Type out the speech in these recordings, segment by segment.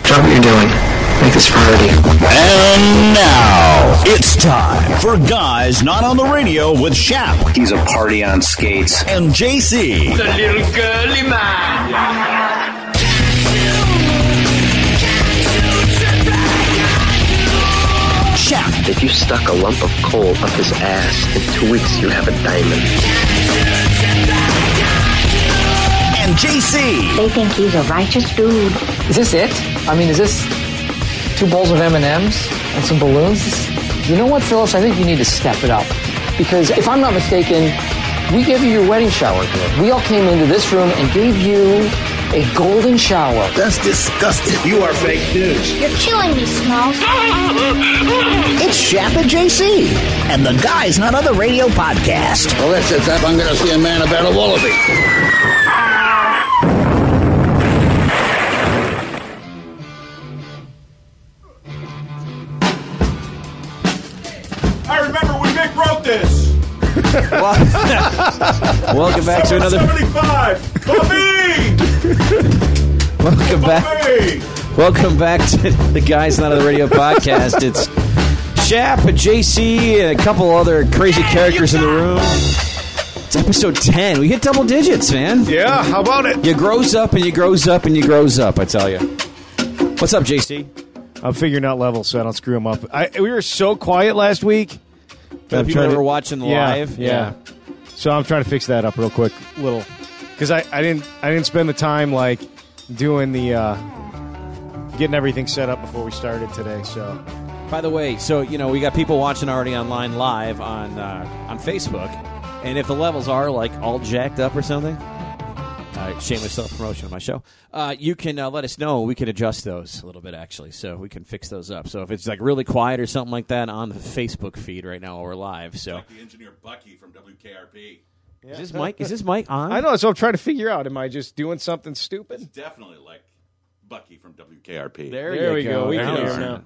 Stop what you're doing. Make this a priority. And now it's time for Guys Not on the Radio with Shap He's a party on skates. and JC. The little girly man. Shap, If you stuck a lump of coal up his ass, in two weeks you have a diamond. and JC. They think he's a righteous dude. Is this it? I mean, is this two bowls of M&Ms and some balloons? You know what, Phyllis? I think you need to step it up. Because if I'm not mistaken, we gave you your wedding shower here. We all came into this room and gave you a golden shower. That's disgusting. You are fake news. You're killing me, Smalls. It's Shap and JC and the Guys Not on the Radio podcast. Well, that's it, up. I'm going to see a man about a wallaby. I remember when Mick wrote this. Welcome back to another. 75. Bobby! Welcome back. Bobby! Welcome back to the Guys Not on the Radio podcast. It's Shap, JC, and a couple other crazy characters in the room. It's episode ten. We hit double digits, man. Yeah, how about it? You grows up and you grows up and you grows up. I tell you. What's up, JC? I'm figuring out levels so I don't screw them up. I, we were so quiet last week. For I'm trying to watching yeah, live. Yeah. So I'm trying to fix that up real quick, little, because I, I didn't I didn't spend the time like doing the uh, getting everything set up before we started today. So By the way, so you know we got people watching already online live on uh, on Facebook, and if the levels are like all jacked up or something, uh, shameless self promotion of my show. Uh, you can uh, let us know. We can adjust those a little bit actually, so we can fix those up. So if it's like really quiet or something like that on the Facebook feed right now, we're live. So The engineer Bucky from WKRP. is this mic? Is this mic on? I know. So I'm trying to figure out: am I just doing something stupid? Definitely like Bucky from WKRP. There, There you we go. We There can you hear are. him now.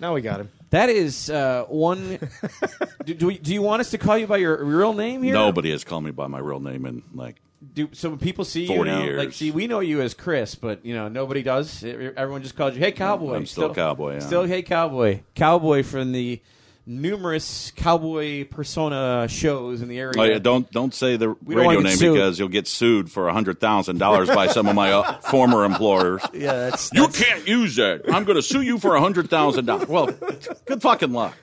Now Oh, we got him. That is uh, one. do, do, we, do you want us to call you by your real name here? Nobody has called me by my real name in like do so when people see you 40 now, years. like see we know you as Chris, but you know nobody does. E- Everyone just calls you hey cowboy. I'm still Cowboy, yeah. Still hey cowboy. Cowboy from the numerous cowboy persona shows in the area. Oh, yeah, don't don't say the We don't radio wanna get name sued. because you'll get sued for hundred thousand dollars by some of my uh, former employers. yeah, that's, You can't use that. I'm going to sue you for hundred thousand dollars. Well, good fucking luck.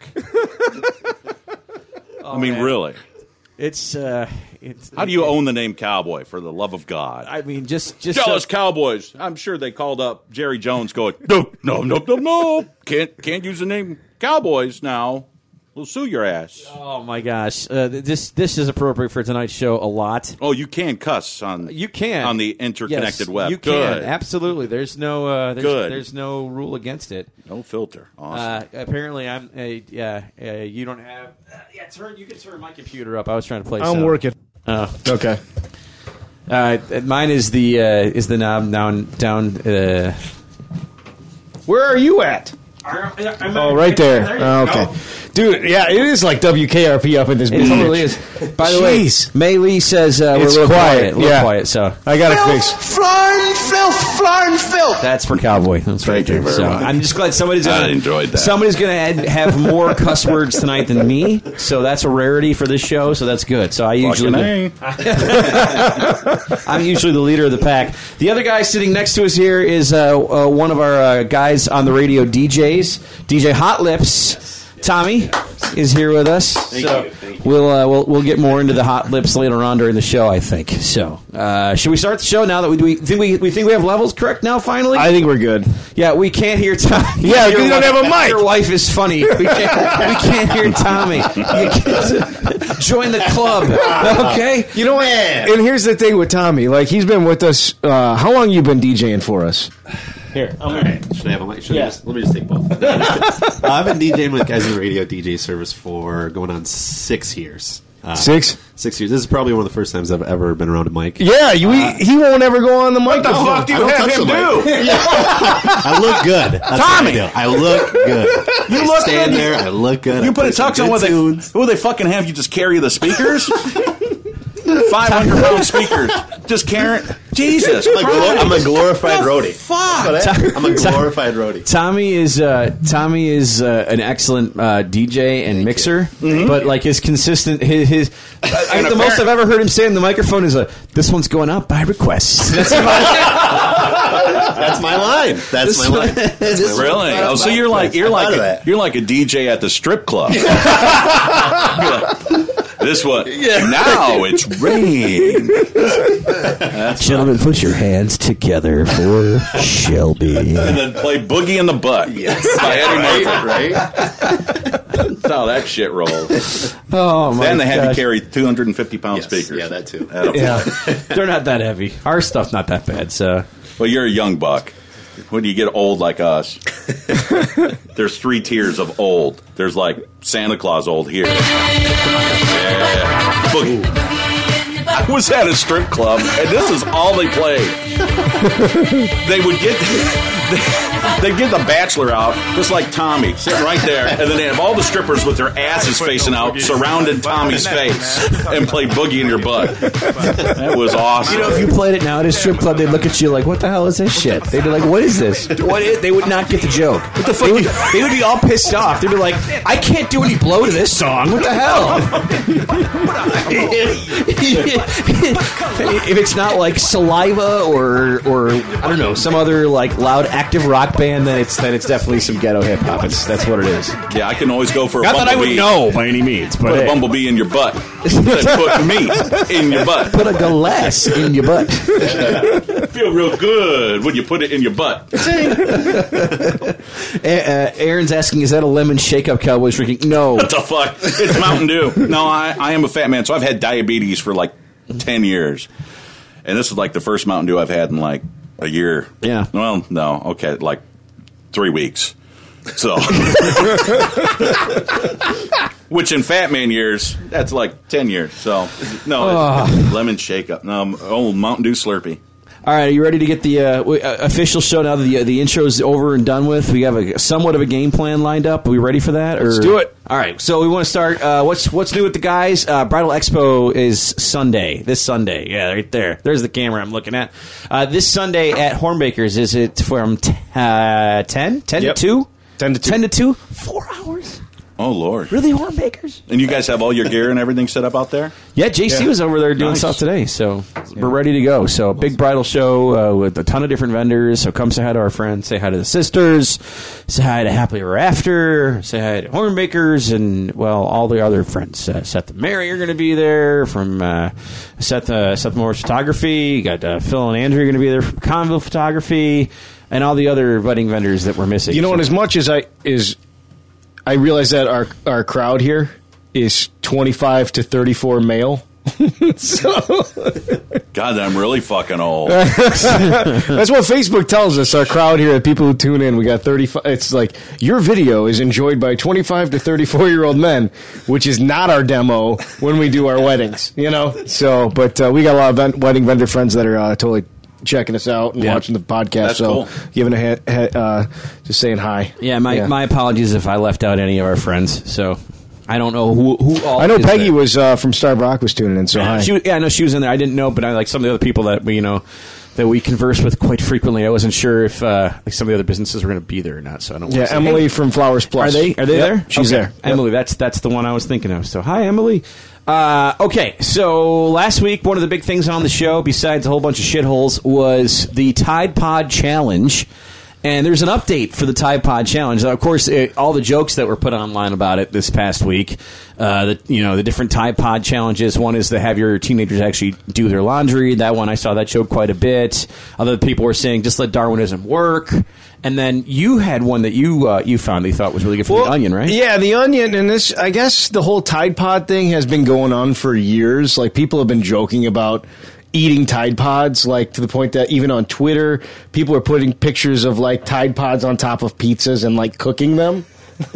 I mean, Oh, man. really? it's uh, it's. How do you own the name Cowboy? For the love of God! I mean, just just Jealous so- Cowboys. I'm sure they called up Jerry Jones, going, "Nope, no, no, no, no. Can't can't use the name Cowboys now. We'll sue your ass." oh my gosh, uh, th- this this is appropriate for tonight's show a lot. Oh, you can cuss on You can on the interconnected Yes, web. You Good. can absolutely. There's no uh, there's, Good. There's no rule against it. No filter. Awesome. Uh, apparently, I'm. Uh, yeah, uh, you don't have. Uh, yeah, turn. You can turn my computer up. I was trying to play. I'm some. Oh, working. okay. Uh, mine is the uh, is the knob down down. Uh, Where are you at? Oh, right there. Oh, okay. Dude, yeah, it is like WKRP up in this it bitch. totally is. By the Jeez. way, May Lee says uh, we're It's a little quiet. quiet, a little yeah. quiet. So I got it fixed. Flarn filth, flarn filth. that's for cowboy. That's right. Thank you there. very so much. I'm just glad somebody's. Gonna, I enjoyed that. Somebody's going to add, have more cuss words tonight than me. So that's a rarity for this show. So that's good. So I usually. I'm usually the leader of the pack. The other guy sitting next to us here is uh, uh, one of our uh, guys on the radio DJs, DJ Hot Lips. Tommy is here with us. so We'll, uh, we'll we'll get more into the Hot Lips later on during the show, I think. So uh, should we start the show now that we do? We think we, we think we have levels correct now. Finally, I think we're good. yeah, we can't hear Tommy. Yeah, Your because you don't wife- have a mic. Your wife is funny. We can't, we can't hear Tommy. You can't- join the club, okay? You know what? And here's the thing with Tommy. Like, he's been with us. Uh, how long you been DJing for us? Here, I'm All right. Should I have a mic? Should I just, let me just take both. I've been DJing with guys in the radio DJ service for going on six years. Uh, Six? Six years. This is probably one of the first times I've ever been around a mic. Uh, Yeah, you, he, he won't ever go on the mic. the fuck do you I don't have touch him the do? I look good. That's Tommy! what I, do. I look good. You look stand good. there. I look good. I You put a play some tux on good what they, tunes. who they fucking have you just carry the speakers? five hundred pound speakers, just carrying. Jesus, I'm a, glo- I'm a glorified roadie. fuck. That's what I am. I'm a glorified roadie. Tommy is uh, Tommy is uh, an excellent uh, DJ and mixer, but like his consistent his, his I, the most I've ever heard him say in the microphone is a this one's going up by request. That's That's my line. That's my line. That's my line. Really? Oh, so you're like you're I'm like out of a, that. you're like a DJ at the strip club. You're like, this one. Now it's rain. Gentlemen, put your hands together for Shelby. And then play Boogie in the Butt. Yes. By Eddie Murphy. Right? That's how that shit rolls. Oh my then they had to gosh. carry 250 pound Yes. speakers. Yeah, that too. That'll- Yeah, they're not that heavy. Our stuff's not that bad. So Well, you're a young buck. When you get old like us, there's three tiers of old. There's like Santa Claus old here. Yeah. Boogie. I was at a strip club, and this is all they played. they would get. They'd get the bachelor out, just like Tommy, sitting right there, and then they have all the strippers with their asses facing out, surrounding Tommy's face, and play boogie in your butt. That was awesome. you know, if you played it now at a strip club, they'd look at you like, "What the hell is this shit?" They'd be like, "What is this?" What is, they would not get the joke. What the fuck? They would, they would be all pissed off. They'd be like, "I can't do any blow to this song. What the hell?" if it's not like saliva or or I don't know some other like loud active rock band, then it's then it's definitely some ghetto hip hop. It's that's what it is. Yeah, I can always go for a Not that I would know bumblebee. by any means, but Put a hey. bumblebee in your butt. Then put meat in your butt. Put a glass in your butt. Feel real good when you put it in your butt. A- uh, Aaron's asking, "Is that a lemon shake-up Cowboys drinking?" No. What the fuck? It's Mountain Dew. No, I, I am a fat man, so I've had diabetes for like ten years, and this is like the first Mountain Dew I've had in like a year. Yeah. Well, no, okay, like three weeks. So, which in fat man years, that's like ten years. So, no, Ah. it's lemon shake up. No, oh, Mountain Dew Slurpee. All right, are you ready to get the uh, w- uh, official show now? That the uh, the intro is over and done with. We have a somewhat of a game plan lined up. Are we ready for that? Or? Let's do it. All right, so we want to start. Uh, what's what's new with the guys? Uh, Bridal Expo is Sunday. This Sunday, yeah, right there. There's the camera I'm looking at. Uh, this Sunday at Hornbaker's. Is it from t- uh, 10? 10 Yep. to two? 10 to 2. Ten to two. Four hours. Oh Lord! Really, Hornbaker's? And you guys have all your gear and everything set up out there? Yeah, JC Yeah. was over there doing Nice. stuff today, so we're ready to go. So big bridal show uh, with a ton of different vendors. So come say hi to our friends, say hi to the sisters, say hi to Happily Ever After, say hi to Hornmakers, and well, all the other friends. Uh, Seth and Mary are going to be there from uh, Seth uh, Seth Morris Photography. You got uh, Phil and Andrew are going to be there from Conville Photography, and all the other wedding vendors that we're missing. You know, So- and as much as I is, I realize that our our crowd here is twenty five to thirty four male. so God, I'm really fucking old. that's what Facebook tells us. Our crowd here, the people who tune in, we got thirty five. It's like your video is enjoyed by twenty five to thirty four year old men, which is not our demo when we do our weddings. You know, so but uh, we got a lot of ven- wedding vendor friends that are uh, totally checking us out and Yeah. watching the podcast. That's so cool. giving a head, uh, just saying hi. yeah, my my apologies if I left out any of our friends. So. I don't know who who all. I know is Peggy there. was uh, from Star Rock was tuning in, so hi. She, was- yeah, I know she was in there. I didn't know, but I like some of the other people that we, you know, that we converse with quite frequently. I wasn't sure if uh, like some of the other businesses were going to be there or not. So I don't. wanna yeah, say, Emily hey, from Flowers are Plus. they? Are they Yep, there? She's Okay. there. Emily. That's that's the one I was thinking of. So hi, Emily. Uh, okay, so last week one of the big things on the show, besides a whole bunch of shitholes, was the Tide Pod Challenge. And there's an update for the Tide Pod Challenge. Now, of course, it, all the jokes that were put online about it this past week, uh, the, you know, the different Tide Pod challenges. One is to have your teenagers actually do their laundry. That one, I saw that joke quite a bit. Other people were saying, just let Darwinism work. And then you had one that you uh, you found that you thought was really good for the onion, right? Yeah, the onion, and this I guess the whole Tide Pod thing has been going on for years. Like people have been joking about eating Tide Pods, like to the point that even on Twitter, people are putting pictures of like Tide Pods on top of pizzas and like cooking them.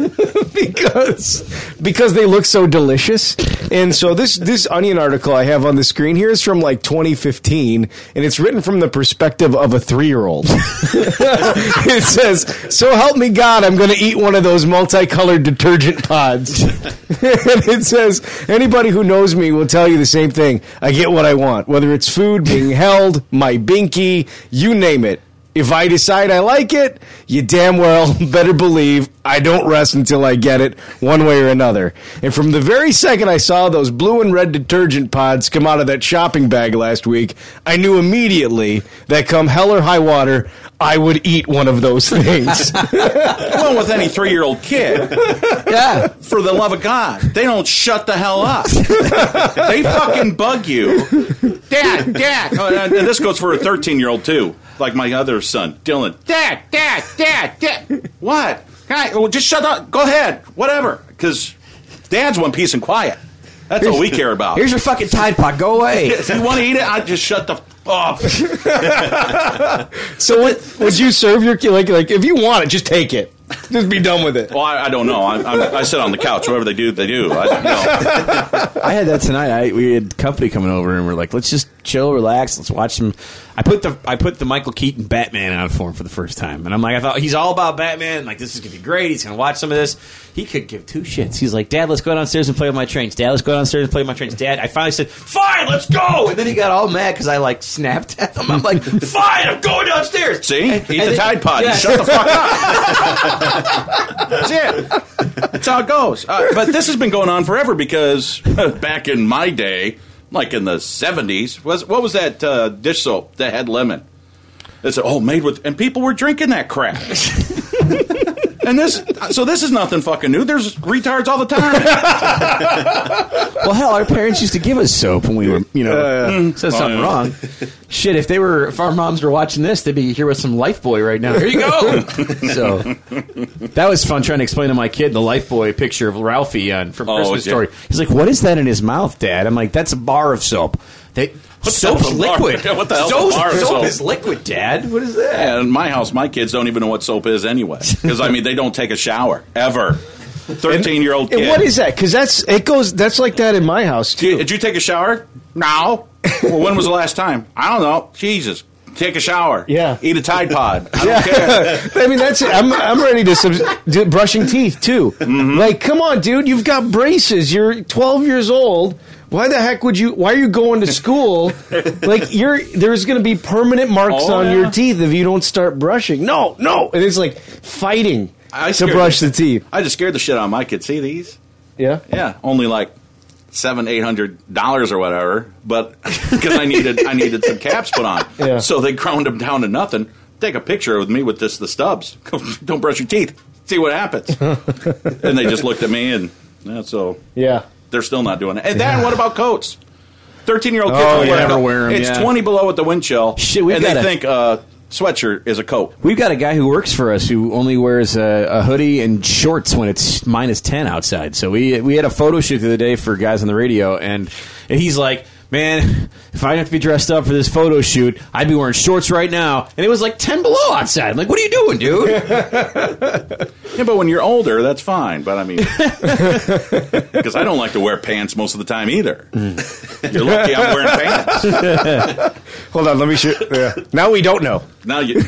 because because they look so delicious. And so this this onion article I have on the screen here is from like 2015, and it's written from the perspective of a three year old. it says, "So help me God, I'm going to eat one of those multicolored detergent pods." and it says, "Anybody who knows me will tell you the same thing. I get what I want, whether it's food being held, my binky, you name it." If I decide I like it, you damn well better believe I don't rest until I get it, one way or another. And from the very second I saw those blue and red detergent pods come out of that shopping bag last week, I knew immediately that come hell or high water, I would eat one of those things. Along with any three year old kid, Yeah. for the love of God, they don't shut the hell up. they fucking bug you. Dad, dad. Oh, and, and this goes for a 13 year old, too, like my other son, Dylan. Dad, dad, dad, dad. What? Guy, well, just shut up. Go ahead. Whatever. Because dad's one piece and quiet. That's all we care about. Here's your fucking Tide Pod. Go away. If you want to eat it, I just shut the f- up. so would, would you serve your kid like like if you want it, just take it. Just be done with it. Well, I, I don't know. I, I, I sit on the couch. Whatever they do, they do. I, you know. I had that tonight. I, we had company coming over, and we're like, let's just chill, relax, let's watch some. I put the I put the Michael Keaton Batman on for him for the first time, and I'm like, I thought he's all about Batman. Like this is gonna be great. He's gonna watch some of this. He could give two shits. He's like, Dad, let's go downstairs and play with my trains. Dad, let's go downstairs and play with my trains. Dad, I finally said, Fine, let's go. And then he got all mad because I like snapped at him. I'm like, Fine, I'm going downstairs. See? Eat and the then- Tide Pod. Yeah. Shut the fuck up. That's it. That's how it goes. Uh, but this has been going on forever because back in my day, like in the 70s, was what was that uh, dish soap that had lemon? It's oh made with and people were drinking that crap. and this so this is nothing fucking new. There's retards all the time. Well, hell, our parents used to give us soap when we were, you know, said something Oh, yeah. wrong. Shit, if they were, if our moms were watching this, they'd be here with some Life Boy right now. Here you go. so that was fun trying to explain to my kid the Life Boy picture of Ralphie on from Oh, Christmas yeah. Story. He's like, "What is that in his mouth, Dad?" I'm like, "That's a bar of soap." They soap's hell's a bar? liquid. Yeah, what the hell's a soap, bar of soap soap? is liquid, Dad. What is that? Yeah, in my house, my kids don't even know what soap is anyway. Because I mean, they don't take a shower ever. Thirteen-year-old And kid. what is that? Because that's it goes. That's like that in my house Did you, too. did you take a shower? No. well, when was the last time? I don't know. Jesus. Take a shower. Yeah. Eat a Tide Pod. I don't care. I mean, that's it. I'm I'm ready to subs- do brushing teeth too. Mm-hmm. Like, come on, dude, you've got braces. You're 12 years old. Why the heck would you? Why are you going to school? like, you're there's going to be permanent marks Oh, on yeah. your teeth if you don't start brushing. No, no, and it's like fighting I to scared brush the- the teeth. I just scared the shit out of my kids. See these? Yeah, Yeah. Only like seven, eight hundred dollars or whatever. But because I needed, I needed some caps put on. Yeah. So they ground them down to nothing. Take a picture with me with this the stubs. don't brush your teeth. See what happens. and they just looked at me and yeah, so yeah. They're still not doing it. And then what about coats? Thirteen-year-old kids Oh, will yeah. wear, a coat. Never wear 'em, It's yeah. twenty below at the wind chill. Shit, we've and got they a- think uh, sweatshirt is a coat. We've got a guy who works for us who only wears a, a hoodie and shorts when it's minus ten outside. So we we had a photo shoot the other day for guys on the radio, and, and he's like, "Man, if I have to be dressed up for this photo shoot, I'd be wearing shorts right now." And it was like ten below outside. I'm like, what are you doing, dude? Yeah, but when you're older, that's fine. But I mean, because I don't like to wear pants most of the time either. You're lucky I'm wearing pants. Hold on, let me shoot. Yeah. Now we don't know. Now you,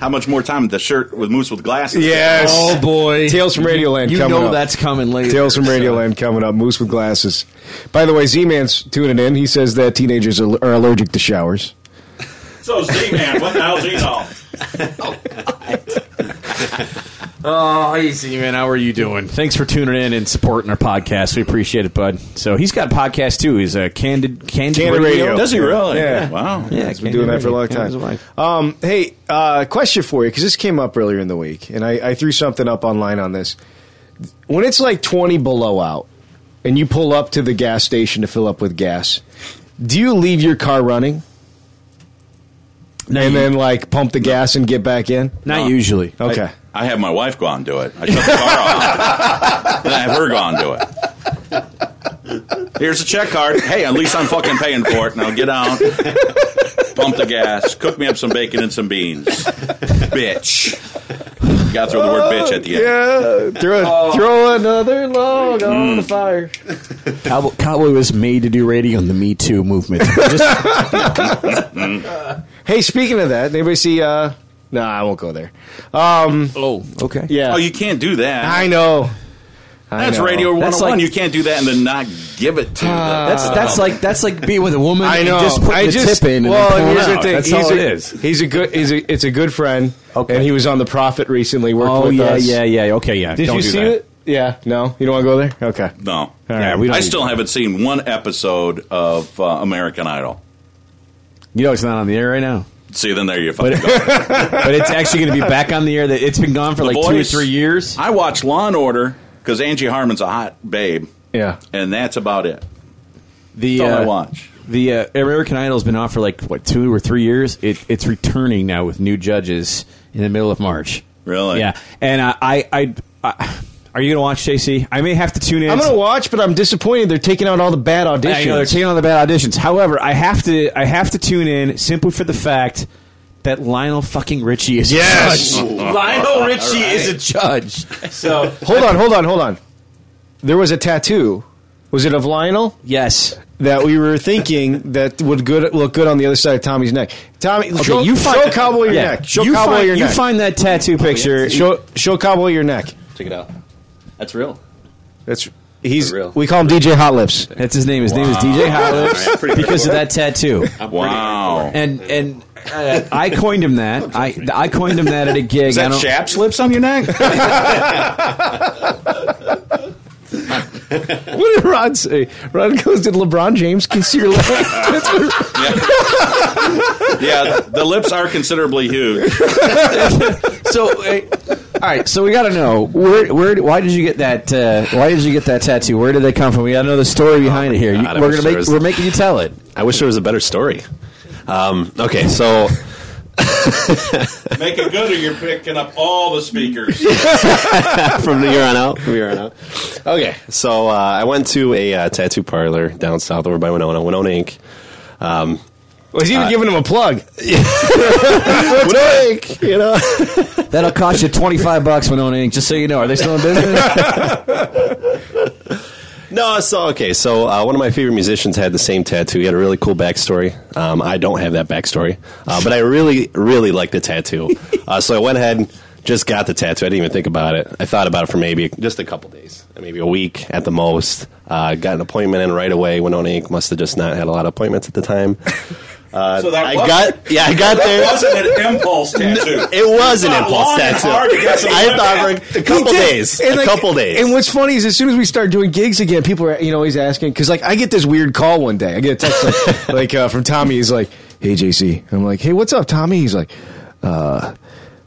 how much more time the shirt with moose with glasses? Yes. boy, Tales from Radioland. You Oh, coming know up. that's coming later. Tales from Radioland coming up. Moose with glasses. By the way, Z Man's tuning in. He says that teenagers are, are allergic to showers. So Z Man, what the hell's he on? Oh, easy man. How are you doing? Thanks for tuning in and supporting our podcast. We appreciate it, bud. So he's got a podcast too. He's a candid, candid, Candid Radio. Does he really? Yeah. Wow. Yeah, He's been doing that for a long time. Um, hey, uh, question for you because this came up earlier in the week, and I, I threw something up online on this. When it's like twenty below out, and you pull up to the gas station to fill up with gas, do you leave your car running and then like pump the gas and get back in? Not usually. Okay. I have my wife go out and do it. I shut the car off. and I have her go out and do it. Here's a check card. Hey, at least I'm fucking paying for it. Now get out. pump the gas, cook me up some bacon and some beans. bitch. Got to throw the word bitch at the end. Oh. Yeah, Uh, throw, throw another log Mm. on the fire. Cowboy, Cowboy was made to do radio on the Me Too movement. Just- Hey, speaking of that, anybody see? uh No, I won't go there. Um, oh, okay. yeah, Oh, you can't do that. I know. I That's know. Radio 101. That's like- Uh, you can't do that and then not give it to them. That's that's like that's like being with a woman. Uh, I and know. just putting I the just, tip in. and Well, then pulling here's out. the thing. That's he's all a, it is. He's a good. He's a. It's a good friend. Okay. And he was on the Prophet recently. Worked Oh with yeah, us. yeah, yeah. Okay, yeah. Did Don't you do see that. it? Yeah. No. You don't want to go there. Okay. no. right, Yeah, we don't I need still haven't seen one episode of uh, American Idol. You know it's not on the air right now, See, then there you but fucking go. but it's actually going to be back on the air. That it's been gone for like two or Voice. three years. I watch Law and Order because Angie Harmon's a hot babe, Yeah. and that's about it. The That's all I uh, watch. The uh, American Idol's been off for like what two or three years. It, it's returning now with new judges in the middle of March. Really? Yeah. And uh, I, I, I, are you going to watch JC? I may have to tune in. I'm gonna watch, but I'm disappointed they're taking out all the bad auditions. I know they're taking on the bad auditions. However, I have to, I have to tune in simply for the fact that Lionel fucking Richie is Yes! a judge. Lionel Richie is a judge. So hold on, hold on, hold on. There was a tattoo. Was it of Lionel yes. that we were thinking that would good look good on the other side of Tommy's neck? Tommy, Okay, show, you find show cowboy your yeah, neck. Show you cowboy find, your you neck. Oh, find that tattoo picture. show, show cowboy your neck. Check it out. That's real. That's he's. For real. We call him DJ Hot Lips. That's his name. His name is DJ Howlips because of that tattoo. Wow. And and uh, I coined him that. I I coined him that at a gig. Is I that don't- chap slips on your neck? What did Rod say? Rod goes, "Did LeBron James kiss your leg?" That's what- yeah, the lips are considerably huge. so uh, all right so we got to know where where why did you get that uh, why did you get that tattoo where did they come from we got to know the story behind it here You- God, I we're wish gonna there make was- we're making you tell it I wish there was a better story. Um, okay, so Make it good, or you're picking up all the speakers. from here on out, from here on out. Okay, so uh, I went to a uh, tattoo parlor down south over by Winona, Winona Ink. Um, was he even giving him a plug? Winona Ink, you know. that'll cost you 25 bucks Winona Inc just so you know are they still in business No, so okay. So uh, one of my favorite musicians had the same tattoo. He had a really cool backstory. Um, I don't have that backstory, uh, but I really, really liked the tattoo. Uh, so I went ahead, and just got the tattoo. I didn't even think about it. I thought about it for maybe just a couple days, maybe a week at the most. Uh, got an appointment in right away. Winona Inc. must have just not had a lot of appointments at the time. Uh, So that I was- got yeah, I got there. That wasn't an impulse tattoo. It was an Not impulse long and tattoo. hard to get some I thought women. for a couple He did. days, And a like- couple days. And what's funny is as soon as we start doing gigs again, people are you know always asking because like I get this weird call one day. I get a text like, like uh, from Tommy. He's like, "Hey JC," I'm like, "Hey, what's up, Tommy?" He's like, uh,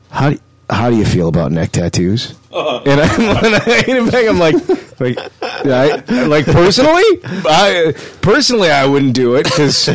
"How do how do you feel about neck tattoos?" Uh-huh. And I'm and I hit him back. I'm like, like, I, like personally, I personally I wouldn't do it because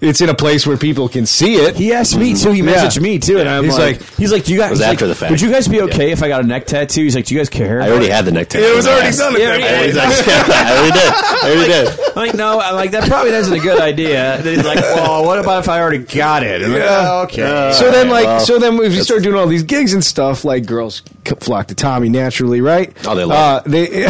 it's in a place where people can see it. he asked me too he messaged Yeah. me too and I'm He's like, like- he's like do you guys was he's after the like, fact. would you guys be okay Yeah. if I got a neck tattoo he's like do you guys care I already had the neck tattoo. It was already Yes. done at Yeah, that yeah, I point. already did. I already did. I'm like no I'm like that probably isn't a good idea then he's like well what about if I already got it And I'm like, Yeah. "Oh, okay so then, like, so then, if you start doing all these gigs and stuff, like, girls c- flock to Tommy naturally, right? Oh, they love uh, they.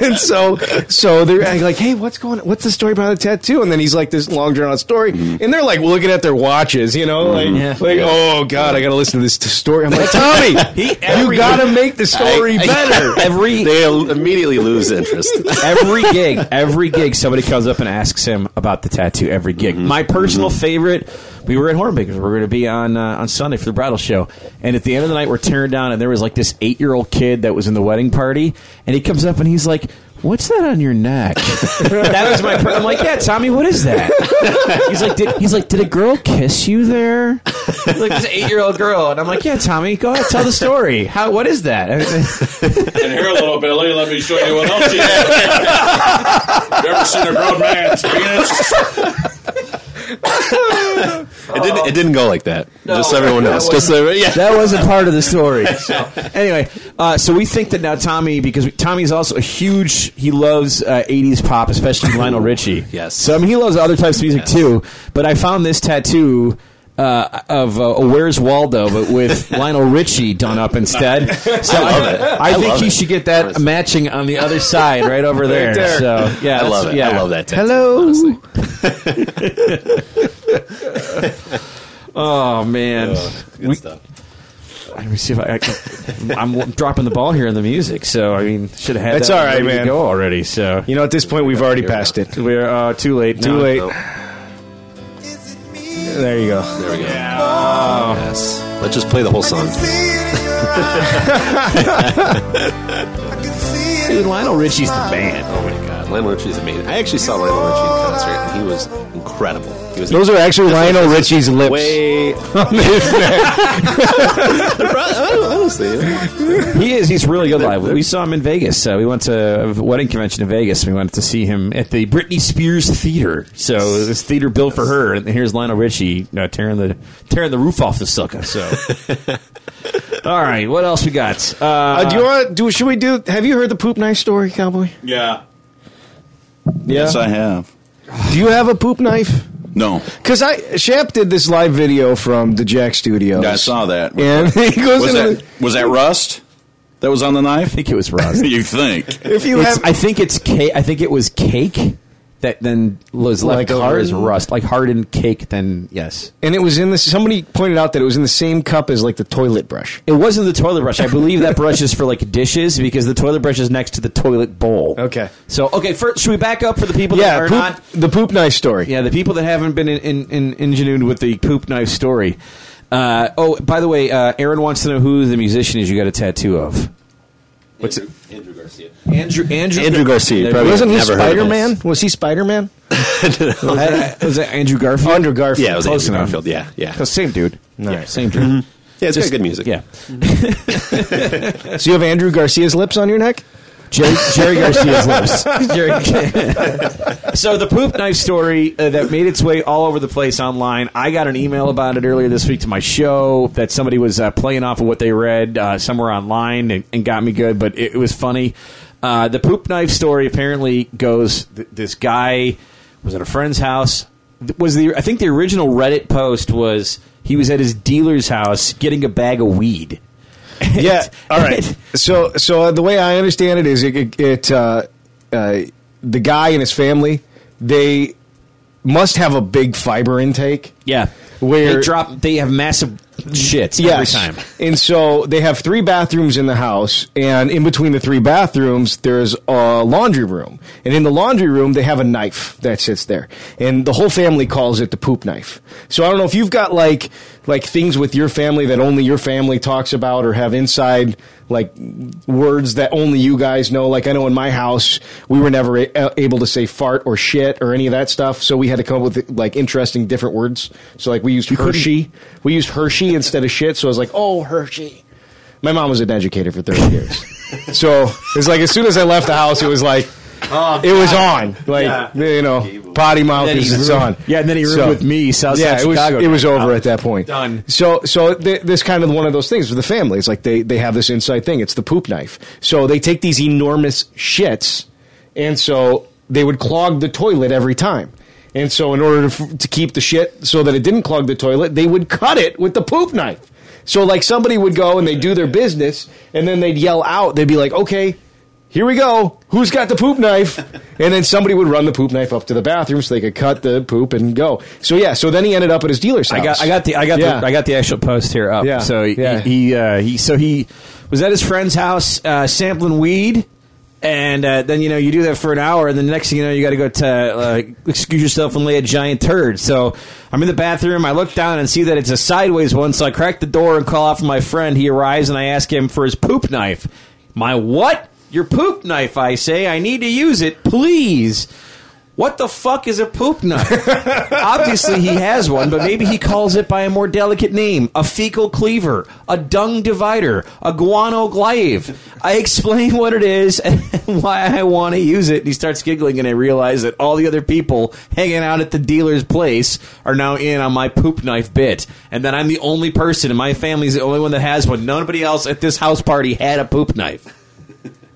and so, so they're like, "Hey, what's going? What's the story behind the tattoo?" And then he's like, "This long drawn out story," and they're like looking at their watches, you know, like, Yeah. like, "Oh God, I got to listen to this t- story." I'm like, "Tommy, you got to make the story better." every They al- immediately lose interest. every gig, every gig, somebody comes up and asks him about the tattoo. Every gig, my personal favorite. We were at Hornbakers. We were going to be on uh, on Sunday for the bridal show, and at the end of the night, we're tearing down, and there was like this eight year old kid that was in the wedding party, and he comes up and he's like. What's that on your neck? that was my. Per- I'm like, yeah, Tommy. What is that? He's like, did, he's like, did a girl kiss you there? He's like this eight year old girl, and I'm like, yeah, Tommy, go ahead, tell the story. How? What is that? And here, little Billy, let me show you what else she had. you ever seen a grown man's penis? It didn't. It didn't go like that. just so everyone knows. Just so, every- yeah. That wasn't part of the story. So, anyway, uh, so we think that now Tommy, because we, Tommy's also a huge, he loves uh, 80s pop, especially Lionel Richie. Yes. So, I mean, he loves other types of music too, but I found this tattoo. Uh, of uh, Where's Waldo, but with Lionel Richie done up instead. So I love it. I, I think love he it. should get that matching on the other side, right over there. there. So yeah, I love that's- it. Yeah. I love that. Tattoo. Hello. Oh man, Good We- stuff. Let me see if I, I can, I'm dropping the ball here in the music, so I mean, should have had That's that all right, ready to man. Go already, so You know, at this point, we've already passed it. we're uh, too late. now. Too late. There you go. There we go. Yes. Let's just play the whole song. Dude, Lionel Richie's the man. Oh my God, Lionel Richie's amazing. I actually saw Lionel Richie in concert, and he was incredible. He was Those are actually Lionel this Richie's lips. way. Honestly, you know? He is. He's really good live. We saw him in Vegas. Uh, we went to a wedding convention in Vegas. We went to see him at the Britney Spears Theater. So this theater built for her, and here's Lionel Richie uh, tearing the tearing the roof off the sucker. So, all right, what else we got? Uh, Uh, do you want? Do should we do? Have you heard the poop knife story, cowboy? Yeah. Yeah. Yes, I have. do you have a poop knife? No, Because I Shap did this live video from the Jack Studios. Yeah, I saw that. And he goes Was into that was that rust that was on the knife? I think it was Roz. you think? the- if you It's- have I think it's cake. I think it was cake that then was left Like over as hardened? rust, like hardened cake. Then yes, and it was in this. Somebody pointed out that it was in the same cup as like the toilet brush. it wasn't the toilet brush. I believe that brush is for like dishes because the toilet brush is next to the toilet bowl. Okay. So okay, first should we back up for the people that Yeah, are poop, not? the poop knife story. Yeah, the people that haven't been in, in, in ingenued with the poop knife story. Uh, oh, by the way, uh, Aaron wants to know who the musician is you got a tattoo of. What's it? Andrew Garcia. Andrew Andrew Andrew Garcia, There- probably. Wasn't he Never heard of Spider Man? Was he Spider Man? Was that, was that Andrew Garfield? Andrew Garfield. Yeah, it was Close Andrew enough. Garfield. Yeah, yeah, Mm-hmm. Oh, Same dude. Yeah, Nice. same dude. yeah. It's got good music. Yeah. So you have Andrew Garcia's lips on your neck? Jerry, Jerry Garcia's lips. so the poop knife story uh, that made its way all over the place online. I got an email about it earlier this week to my show that somebody was uh, playing off of what they read uh, somewhere online and, and got me good, but it, it was funny. Uh, the poop knife story apparently goes: th- this guy was at a friend's house. Th- Was the I think the original Reddit post was he was at his dealer's house getting a bag of weed. yeah. All right. So so uh, the way I understand it is it, it, it uh, uh, the guy and his family they must have a big fiber intake. Yeah, Where- they drop, they have massive shits every Yes. time. And so they have three bathrooms in the house, and in between the three bathrooms, there's a laundry room. And in the laundry room, they have a knife that sits there. And the whole family calls it the poop knife. So I don't know if you've got like like things with your family that only your family talks about or have inside like words that only you guys know. Like I know in my house, we were never a- able to say fart or shit or any of that stuff, so we had to come up with like interesting different words. So like we used Hershey, we used Hershey instead of shit. So I was like, oh Hershey. My mom was an educator for thirty years, so it's like as soon as I left the house, it was like. it was on, like you know, potty mouth Then he is it's roomed- on. yeah, and then he roomed with me, South yeah, Side it was, Chicago. It was over at that point. Done. So, so th- this kind of one of those things with the family. It's like they they have this inside thing. It's the poop knife. So they take these enormous shits, and so they would clog the toilet every time. And so, in order to, f- to keep the shit so that it didn't clog the toilet, they would cut it with the poop knife. So, like somebody would go and they do their business, and then they'd yell out. They'd be like, "Okay, here we go. Who's got the poop knife? And then somebody would run the poop knife up to the bathroom so they could cut the poop and go. So yeah, so then he ended up at his dealer's house. I got, I got the, I got, Yeah. the, I got the actual post here up. Yeah. So he, Yeah. he, uh, he, so he was at his friend's house uh, sampling weed, and uh, then you know you do that for an hour, and then the next thing you know you got to go to uh, excuse yourself and lay a giant turd. So I'm in the bathroom, I look down and see that it's a sideways one, so I crack the door and call out for my friend. He arrives and I ask him for his poop knife. My what? Your poop knife? I say I need to use it, please. What the fuck is a poop nut? Obviously, he has one, but maybe he calls it by a more delicate name a fecal cleaver, a dung divider, a guano glaive. I explain what it is and why I want to use it, and he starts giggling, and I realize that all the other people hanging out at the dealer's place are now in on my poop knife bit, and that I'm the only person, and my family's the only one that has one. Nobody else at this house party had a poop knife.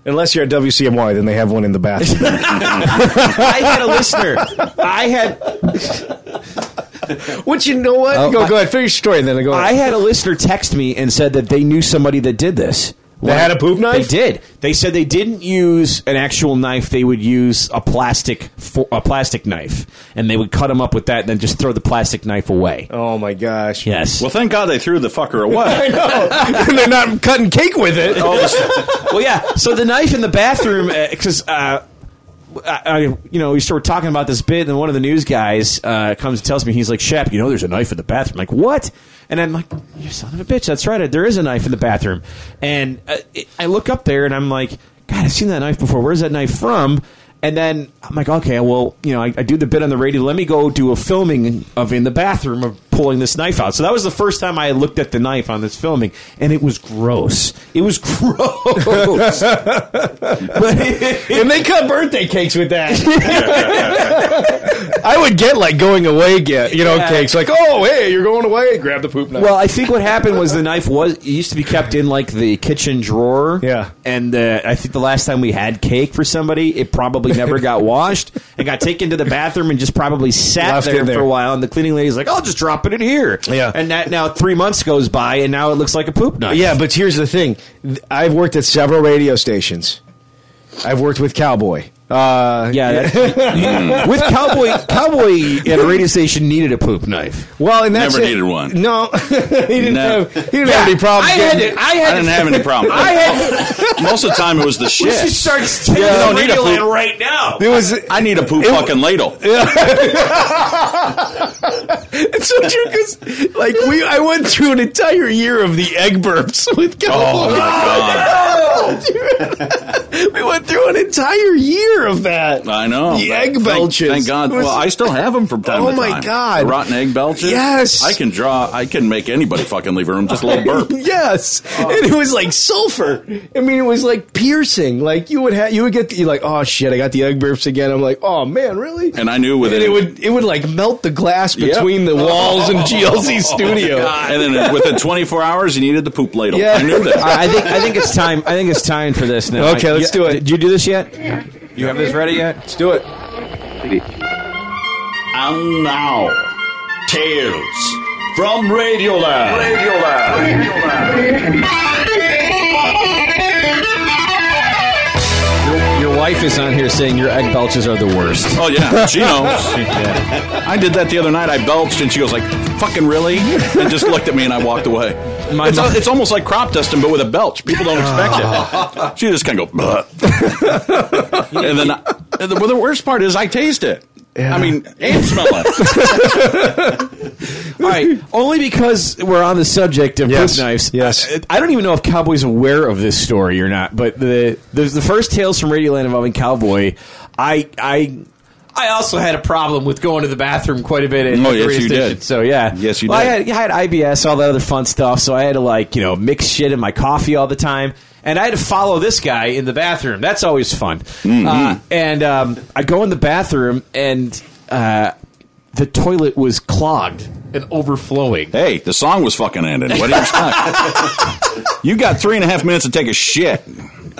Unless you're at WCMY, then they have one in the bathroom. I had a listener. I had Which you know what? Oh, go I- go ahead, finish your story, and then go. I ahead. had a listener text me and said that they knew somebody that did this. They had a poop knife? They did. They said they didn't use an actual knife. They would use a plastic for, a plastic knife, and they would cut them up with that, and then just throw the plastic knife away. Oh my gosh! Yes. Well, thank God they threw the fucker away. No, they're not cutting cake with it. well, yeah. So the knife in the bathroom, because uh, I, I, you know, we started talking about this bit, and then one of the news guys uh, comes and tells me he's like, "Shep, you know, there's a knife in the bathroom." I'm like, what? And I'm like, "You son of a bitch, that's right. There is a knife in the bathroom." And uh, it, I look up there, and I'm like, "God, I've seen that knife before. Where's that knife from?" And then I'm like, okay, well, you know, I, I do the bit on the radio. Let me go do a filming of in the bathroom of pulling this knife out. So that was the first time I looked at the knife on this filming, and it was gross. It was gross. but and they cut birthday cakes with that. I would get like going away, get you know, Yeah. cakes like, oh hey, you're going away, grab the poop knife. Well, I think what happened was the knife was it used to be kept in like the kitchen drawer. Yeah. and uh, I think the last time we had cake for somebody, it probably never got washed and got taken to the bathroom and just probably sat Left there, it there. for a while. And the cleaning lady's like, "I'll just drop it in here." Yeah. and that now three months goes by and now it looks like a poop knife. yeah, but here's the thing: Th- I've worked at several radio stations. I've worked with Cowboy. Uh, yeah. That, Mm. with cowboy, cowboy at a radio station needed a poop knife. Well, and that's Never it. needed one. No, he didn't No. have. He didn't have any problems. I had getting- to. I I had didn't to. have any problem. I had. Most of the time, it was the We should shit. start taking Yeah. the Don't need a radio poop- in right now. It was. I need a poop fucking ladle. It's so true because, like, we I went through an entire year of the egg burps with Oh Cowboy. my god! we went through an entire year of that. I know The Thank- egg belches. Thank, God. It was- well, I still have them from time Oh to my time. God. The rotten egg belches. Yes. I can draw. I can make anybody fucking leave a room. Just a little burp. Yes, Oh. and it was like sulfur. I mean, it was like piercing. Like you would have, you would get, the, you're like, oh shit, I got the egg burps again. I'm like, oh man, really? And I knew And within it would, it would like melt the glass Yep. Oh, between the walls and GLC studio. and then within 24 hours, you needed the poop ladle. Yeah. I knew All that. right, I think I think it's time. I think it's time for this now. Okay, I- let's yeah, do it. Did you do this yet? You have this ready yet? Let's do it. And now, tales from Radioland. Your, your wife is on here saying your egg belches are the worst. Oh yeah, she knows. I did that the other night. I belched, and she goes like, "Fucking really?" and just looked at me, and I walked away. My it's, mom- it's almost like crop dusting, but with a belch. People don't expect it. She just kind of go, "Bleh." and then, I, and the, well, the worst part is I taste it. I mean, and smell it. All right, only because we're on the subject of Yes, poop knives. yes. I, I don't even know if Cowboy's aware of this story or not. But the the, the first tales from Radioland involving Cowboy, I I. I also had a problem with going to the bathroom quite a bit. At Oh, the yes, radio you station. did. So yeah, Yes, you Well, I did. had I had IBS, all that other fun stuff, so I had to like you know mix shit in my coffee all the time, and I had to follow this guy in the bathroom. That's always fun. Mm-hmm. Uh, and um, I go in the bathroom, and uh, the toilet was clogged and overflowing. hey, the song was fucking ending. What do you expect? you got three and a half minutes to take a shit.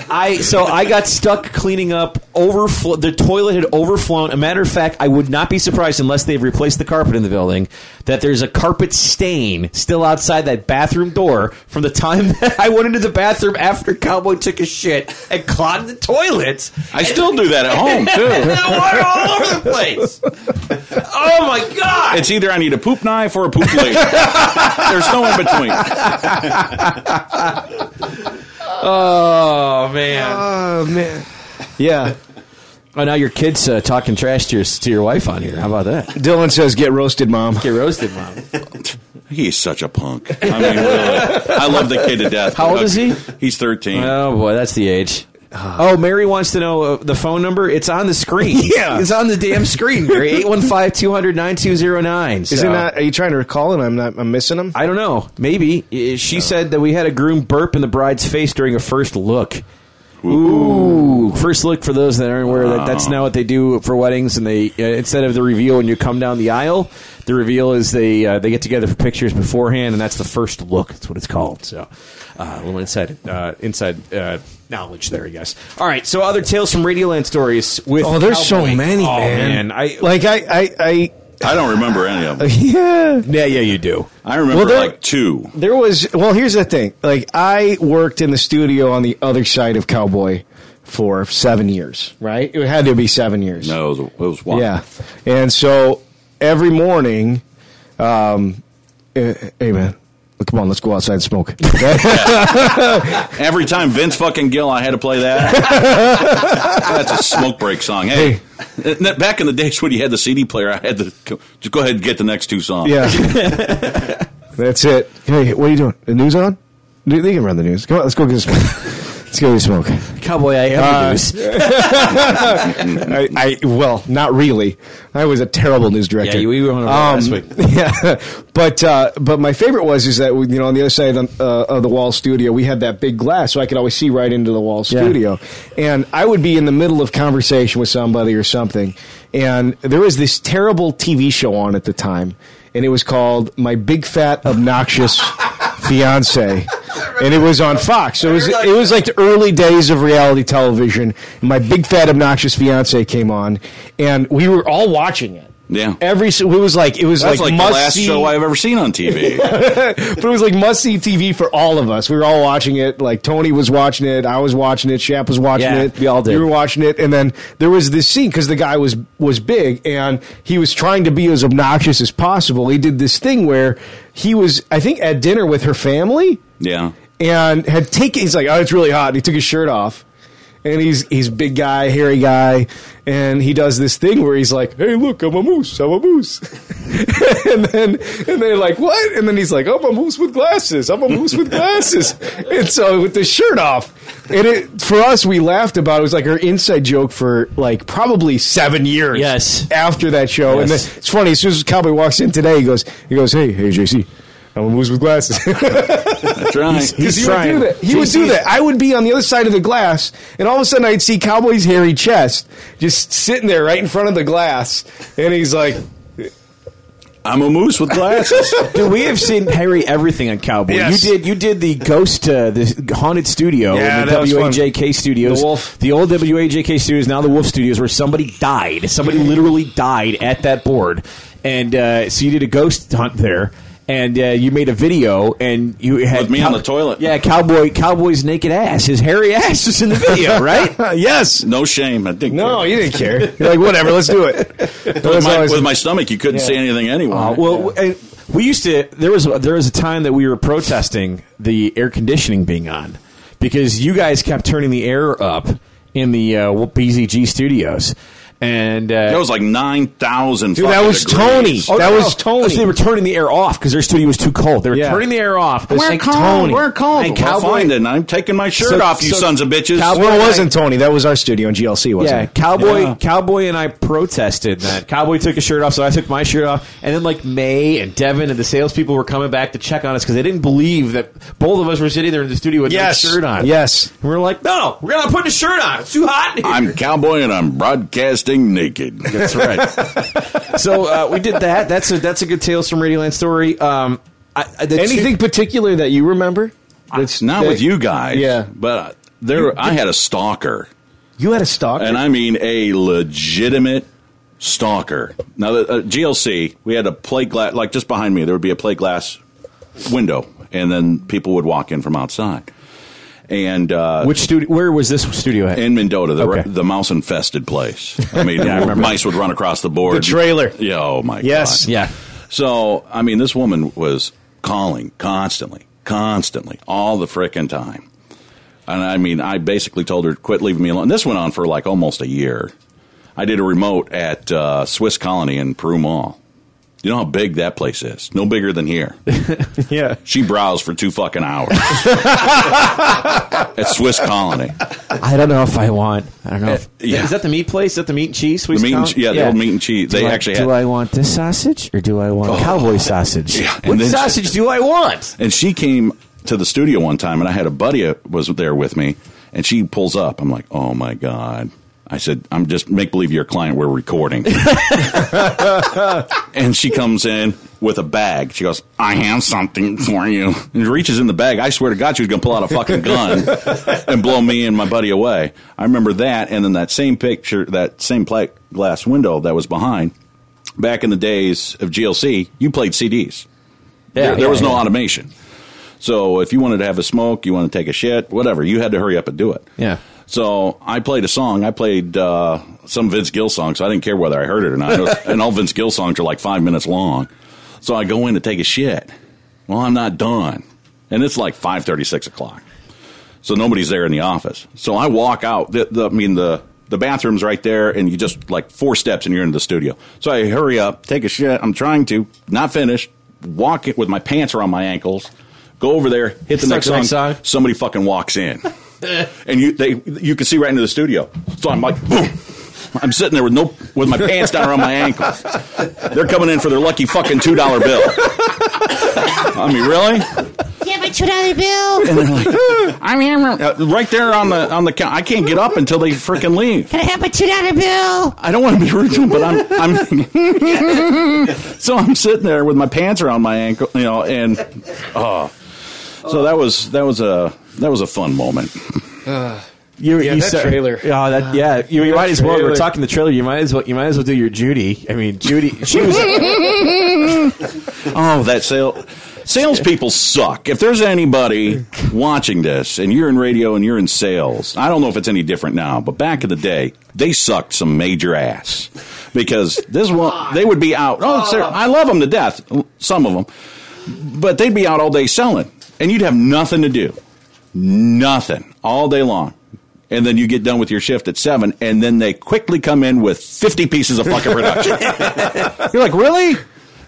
I so I got stuck cleaning up overflow. The toilet had overflown. A matter of fact, I would not be surprised unless they've replaced the carpet in the building that there's a carpet stain still outside that bathroom door from the time that I went into the bathroom after Cowboy took a shit and clogged the toilet. I still do that at And home too. now water all over the place. Oh my god! It's either I need a poop knife or a poop ladle. There's no in between. oh man! Oh man, yeah. Oh, now your kids uh, talking trash to your to your wife on here. How about that? Dylan says, "Get roasted, mom." Get roasted, mom. He's such a punk. I mean, really. I love the kid to death. How old is he? He's 13. Oh boy, that's the age. oh, Mary wants to know uh, the phone number. It's on the screen. Yeah. it's on the damn screen, Mary. 815 200 9209. Is it not? Are you trying to recall him? I'm not. I'm missing him. I don't know. Maybe. Uh, She said that we had a groom burp in the bride's face during a first look. Ooh. First look for those that aren't aware that that's now what they do for weddings, and they uh, instead of the reveal when you come down the aisle, the reveal is they uh, they get together for pictures beforehand, and that's the first look. That's what it's called. So, uh, a little inside uh, inside uh, knowledge there, you guys. All right, so other tales from Radioland stories with Oh, there's so Cowboy. many, Oh, man. I Like I, I, I I don't remember any of them. yeah. yeah, yeah, you do. I remember Well, there- like two. There was well. Here's the thing. Like I worked in the studio on the other side of Cowboy for seven years. Right. It had to be seven years. No, it was, it was one. Yeah. And so every morning, um, eh, hey man, come on, let's go outside and smoke. Every time Vince fucking Gill, I had to play that. That's a smoke break song. Hey, back in the days when you had the CD player, I had to go- just go ahead and get the next two songs. yeah. That's it. Hey, what are you doing? The news on? They they can run the news. Come on, let's go get a smoke. let's go get a smoke. Cowboy, I am Uh, the news. I, I well, not really. I was a terrible news director. Um, Yeah, you- we were on a roll last week. Yeah, but uh, but my favorite was is that we, you know on the other side of the, uh, of the wall studio we had that big glass, so I could always see right into the wall Yeah. studio, and I would be in the middle of conversation with somebody or something, and there was this terrible TV show on at the time, and it was called My Big Fat Obnoxious. Fiance, and it was on Fox. So it was it was like the early days of reality television. My big fat obnoxious fiance came on, and we were all watching it. Yeah. Every s- it was like it was That's like, like, the must last see, show I've ever seen on TV. but it was like must see TV for all of us. We were all watching it. Like Tony was watching it, I was watching it, Shap was watching Yeah, it. we all did. You were watching it, and then there was this scene because the guy was was big and he was trying to be as obnoxious as possible. He did this thing where he was, I think, at dinner with her family yeah. and had taken. He's like, oh, it's really hot. And he took his shirt off, and he's he's a big guy, hairy guy, and he does this thing where he's like, hey, look, I'm a moose, I'm a moose, and then and they're like, what? And then he's like, I'm a moose with glasses, I'm a moose with glasses, and so with the shirt off, and it for us we laughed about it. it was like our inside joke for like probably seven years. Yes. after that show, and Yes. then, it's funny. As soon as Cowboy walks in today, he goes, he goes, hey, hey, JC. I'm a moose with glasses. That's right. Because he trying. would do that. He would do that. I would be on the other side of the glass, and all of a sudden I'd see Cowboy's hairy chest just sitting there right in front of the glass, and he's like, I'm a moose with glasses. Dude, we have seen Harry everything on Cowboy. Yes. You did you did the ghost uh, the haunted studio Yeah, in the that was fun. WAJK studios. The Wolf. The old WAJK studios, now the Wolf Studios where somebody died. Somebody literally died at that board. And uh, so you did a ghost hunt there. And uh, you made a video, and you had With me on the toilet. Yeah, cowboy, cowboy's naked ass, his hairy ass is in the video, right? "Yes, No shame. I think no, you didn't care." You're like, "Whatever, let's do it." with, my, with my stomach, you couldn't say anything anyway. Oh, Uh, well, w- uh, we used to. There was there was a time that we were protesting the air conditioning being on because you guys kept turning the air up in the uh, BZG studios, and uh, that was like nine thousand. Dude, that was Tony. Oh, that no, was no. Tony. So they were turning the air off because their studio was too cold. They were Yeah. turning the air off. We're Like cold, Tony. we're cold. And Well, Well, cowboy. fine then. I'm taking my shirt So- off, you so- sons of bitches. Cowboy- well, it wasn't Tony. That was our studio in GLC, wasn't Yeah, it? cowboy, Yeah. cowboy, and I protested that. Cowboy took his shirt off, so I took my shirt off, and then like May and Devin and the salespeople were coming back to check on us because they didn't believe that both of us were sitting there in the studio with Yes. no shirt on. Yes. and we are like, no, we're not putting a shirt on. It's too hot. in here." I'm cowboy and I'm broadcasting naked. That's right. so uh, we did that. That's a that's a good tales from Radioland story. Um, I, I, the Anything particular that you remember? It's not with you guys. Yeah. But uh, there, I had a stalker. You had a stalker. and I mean a legitimate stalker. Now, the uh, GLC, we had a plate glass, like just behind me, there would be a plate glass window, and then people would walk in from outside. And uh, two- which studio? Where was this studio at? in Mendota, the, Okay. the mouse infested place. I mean, mice would run across the board. The trailer. Yeah, oh my Yes. God. yeah. So, I mean, this woman was calling constantly, constantly, all the frickin' time. And I mean, I basically told her, quit leaving me alone. This went on for like almost a year. I did a remote at uh, Swiss Colony in Peru Mall. You know how big that place is? No bigger than here. yeah. She browsed for two fucking hours at Swiss Colony. I don't know if I want. I don't know. If, yeah. Is that the meat place? Is that the meat and cheese? The meat and che- yeah, the old meat and cheese. Do They I- actually Do had- I want this sausage or do I Oh. want cowboy sausage? Yeah, and What then- sausage do I want? And she came to the studio one time, and I had a buddy that was there with me, and she pulls up. I'm like, oh my god. I said, I'm just make believe you're a client. We're recording. and she comes in with a bag. She goes, I have something for you. And reaches in the bag. I swear to God, she was going to pull out a fucking gun and blow me and my buddy away. I remember that. And then that same picture, that same pla- glass window that was behind, back in the days of GLC, you played CDs. there, there was no automation. So if you wanted to have a smoke, you wanted to take a shit, whatever, you had to hurry up and do it. Yeah. So I played a song. I played uh, some Vince Gill song, so I didn't care whether I heard it or not. It was- and all Vince Gill songs are like five minutes long. So I go in to take a shit. Well, I'm not done, and it's like five thirty, six o'clock. So nobody's there in the office. So I walk out. The, the, I mean, the the bathroom's right there, and you just like four steps, and you're in the studio. So I hurry up, take a shit. I'm trying to not finish. Walk it with my pants around my ankles. Go over there, hit the Start next the song. next song. Somebody fucking walks in, and you they you can see right into the studio. So I'm like, boom. I'm sitting there with no with my pants down around my ankles. They're coming in for their lucky fucking two dollar bill. I mean, really? Yeah, my two dollar bill. And they're like, I mean, uh, right there on the on the count. I can't get up until they freaking leave. Can I have my two dollar bill? I don't want to be rude to them, but I'm I'm so I'm sitting there with my pants around my ankle, you know, and oh, so that was that was a that was a fun moment. You, Yeah, you that said- trailer. Oh, that yeah. You, you might as well. We're trailer. talking the trailer. You might as well. You might as well do your Judy. I mean, Judy. She was. Oh, that sale. Salespeople suck. If there's anybody watching this and you're in radio and you're in sales, I don't know if it's any different now, but back in the day, they sucked some major ass because this one they would be out. Oh, sir, I love them to death. Some of them, but they'd be out all day selling, and you'd have nothing to do, nothing all day long. And then you get done with your shift at seven, and then they quickly come in with fifty pieces of fucking production. you're like, really?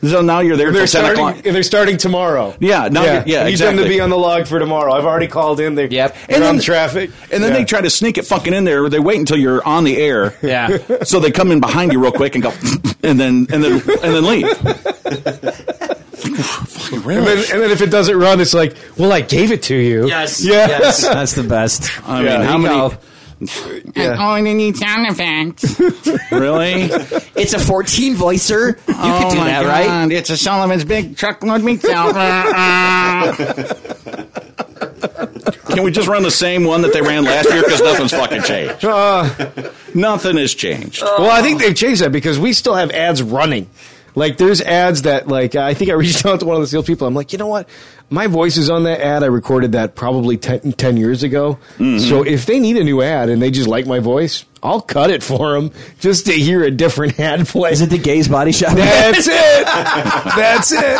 So now you're there They're till ten o'clock. starting, they're starting tomorrow. Yeah, now yeah, you're- yeah, You tend to exactly. be on the log for tomorrow. I've already called in. They're, Yep. they're And on then- traffic. And then Yeah. they try to sneak it fucking in there. They wait until you're on the air. Yeah. So they come in behind you real quick and go, and then and then and then leave. fucking And really? then, and then if it doesn't run, it's like, well, I gave it to you. Yes. Yeah. Yes. That's the best. I Yeah, mean, how you many? know. Oh, and I need sound effects. Really? It's a 14 voicer. You oh my God, It's a Sullivan's big truckload meat sale. Can we just run the same one that they ran last year? Because nothing's fucking changed. Uh, Nothing has changed. Well, I think Oh. they've changed that because we still have ads running. Like there's ads that like I think I reached out to one of the sales people. I'm like, you know what? My voice is on that ad. I recorded that probably 10, 10 years ago. Mm-hmm. So if they need a new ad and they just like my voice, I'll cut it for them just to hear a different ad play. Is it the Gays Body Shop? That's it. That's it.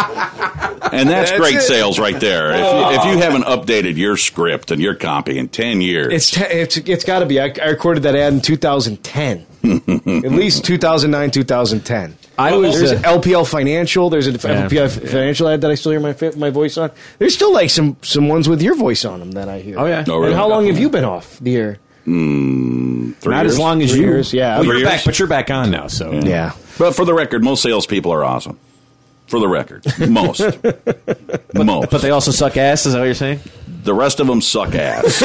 And that's, That's great it. Oh. sales right there. If you, if you haven't updated your script and your copy in 10 years, It's te- it's it's got to be. I, I recorded that ad in 2010, at least 2009, 2010. I was, there's uh, LPL Financial. There's an LPL Financial ad that I still hear my fa- my voice on. There's still like some some ones with your voice on them that I hear. Oh, yeah. Oh, And really? how long have you been off the air? three Not as years. long as Three you. years, yeah. Well, Three you're years? back, but you're back on now. So Yeah. But for the record, most salespeople are awesome. For the record, most, most. But they also suck ass. Is that what you're saying? the rest of them suck ass.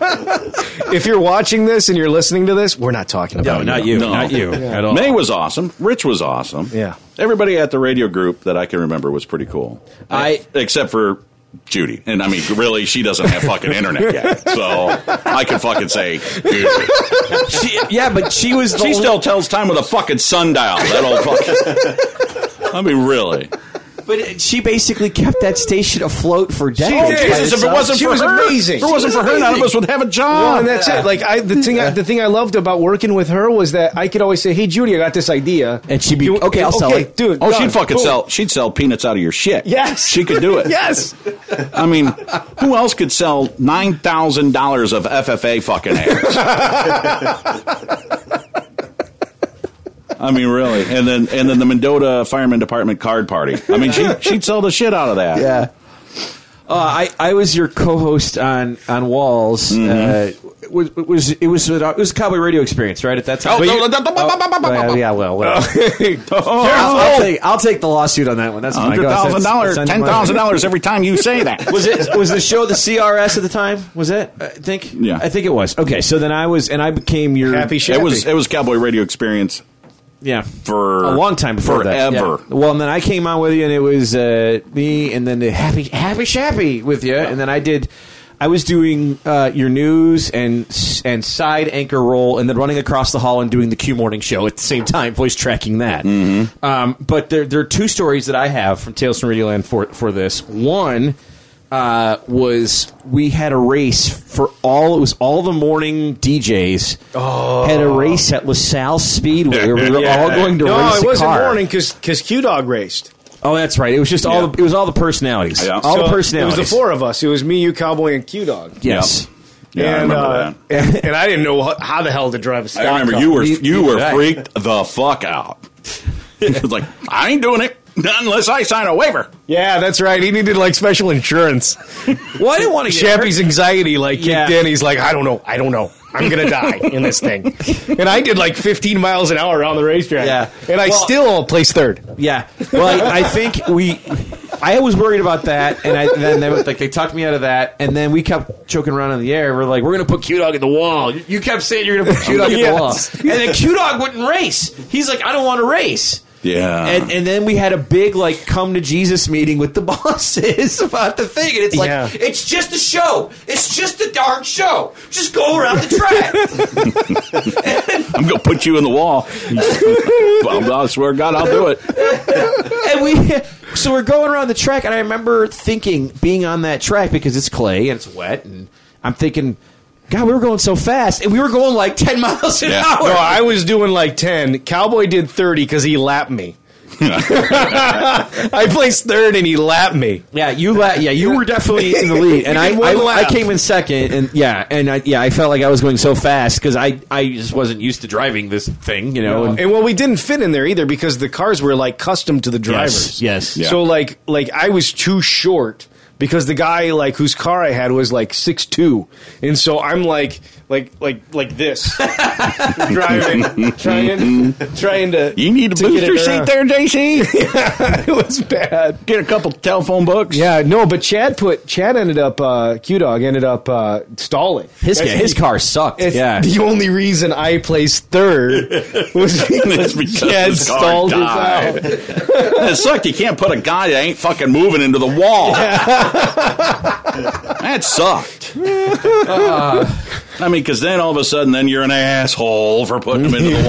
If you're watching this and you're listening to this, we're not talking about it. not you. Not you at all. May was awesome. Rich was awesome. Yeah. Everybody at the radio group that I can remember was pretty cool. I- except for Judy, and I mean, really, she doesn't have fucking internet yet, so I can fucking say Judy. She- yeah, but she was. The She only- still tells time with a fucking sundial. That old fucking. I mean, really. But she basically kept that station afloat for Oh, decades. did. by Jesus, if it herself. wasn't She for was her, amazing. if it wasn't She for was her, none of amazing. us would have a Well, job. and that's it. Like I, the thing, I, the thing I loved about working with her was that I could always say, "Hey, Judy, I got this idea," And she'd be, You- "Okay, I'll sell it." dude. Oh, done. she'd fucking Boom. sell. She'd sell peanuts out of your shit. Yes. she could do it. Yes. I mean, who else could sell nine thousand dollars of FFA fucking airs? I I mean, really. And then and then the Mendota Fireman Department card party. I mean, she she'd sell the shit out of that. Yeah. Uh, I I was your co-host on on Walls. Uh, was, was it was uh, it was a Cowboy Radio Experience right at that time? Oh, But you- no, no, no, no, no, no, no, no, yeah, no. yeah, well, well. Oh, I'll, I'll take I'll take the lawsuit on that one. Oh That's fine. Go ahead. $100,000, Send- send money. $10,000 every time you say that. Was it was the show the CRS at the time? Was it? I think. Yeah. I think it was. Okay, so then I was and I became your It was it was Cowboy Radio Experience yeah for a long time before that. forever. Yeah. Well, and then I came on with you, and it was uh, me, and then the happy happy shappy with you, and then I did. I was doing uh, your news and and side anchor role, and then running across the hall and doing the Q morning show at the same time, voice tracking that. Mm-hmm. Um, but there there are two stories that I have from Tales from Radioland for for this. One uh, was we had a race for all it was all the morning DJs Oh. had a race at LaSalle Speedway. where We were all going to no, race it a wasn't car. morning because Q Dog raced. Oh, that's right. It was just all the, it was all the personalities. All So the personalities. It was the four of us. It was me, you, Cowboy, and Q Dog. Yes. Yeah, I and, remember uh, And, and I didn't know how, how the hell to drive a that. stock I remember car. you were You- you, you- were right. freaked the fuck out. it was like I ain't doing it unless I sign a waiver. Yeah, that's right. He needed like special insurance. Well, I didn't want to get hurt. Chappie's anxiety like kicked Yeah. in. He's like, I don't know, I don't know. I'm gonna die in this thing. And I did like 15 miles an hour around the racetrack. Yeah. And I Well- still placed third. Yeah. Well, I, I think we. I was worried about that, and I, then they were- like they talked me out of that, and then we kept choking around in the air. We're like, we're gonna put Q Dog in the wall. You- You kept saying you're gonna put Q Dog in the wall, Yes. and then Q Dog wouldn't race. He's like, I don't want to race. Yeah. And, and then we had a big like come to Jesus meeting with the bosses about the thing, and it's like Yeah. it's just a show. It's just a darn show. Just go around the track. I'm gonna put you in the wall. I swear to God, I'll do it. and we so we're going around the track and i remember thinking being on that track because it's clay and it's wet and i'm thinking god we were going so fast and we were going like 10 miles an Yeah. hour No, I was doing like 10. Cowboy did 30 because he lapped me. I placed third and he lapped me. yeah you la- yeah you were definitely in the lead and You I, did one I I lap. came in second and yeah and i yeah i felt like i was going so fast because i i just wasn't used to driving this thing you know and, And well, we didn't fit in there either because the cars were like custom to the drivers. yes. Yeah. So like like I was too short because the guy like whose car I had was like six two, and so I'm like like like like this driving trying trying to You need a to get it booster seat around. there, JC. it was bad. Get a couple telephone books. Yeah, no, but Chad put Chad ended up uh, Q Dog ended up uh, stalling. his, That's his the- car sucked It's yeah The only reason I placed third was because, because Chad his car stalled his died. out. It sucked. You can't put a guy that ain't fucking moving into the wall. that sucked. Uh, I mean, because then all of a sudden, then you're an asshole for putting him into the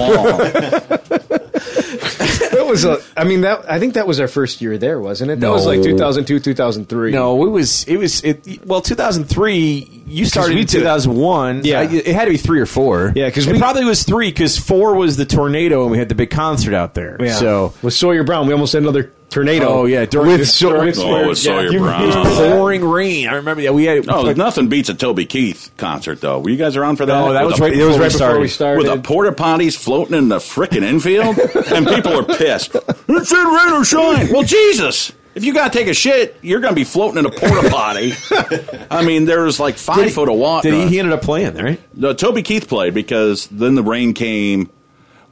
wall. That was a. I mean, that I think that was our first year there, wasn't it? That No. was like 2002, 2003. No, it was it was it. Well, 2003. You started we in did it. 2001. Yeah. I- it had to be three or four. Yeah, 'cause It we- probably was three because four was the tornado and we had the big concert out there. Yeah. So. with Sawyer Brown, we almost had another tornado. Oh yeah, during with, Saw- during- with Oh, Sawyer, with Sawyer You- Brown. you It was remember that? pouring rain. I remember. Yeah, we had. No, nothing beats a Toby Keith concert, though. Were you guys around for that? No, Oh, that With was a- right. It was right before we With the started. porta potties floating in the frickin' infield, and people are pissed. It's in rain or shine. Well, Jesus, if you gotta take a shit, you're gonna be floating in a porta potty. I mean, there's like five foot of water. Did he, he ended up playing right? No, Toby Keith played because then the rain came.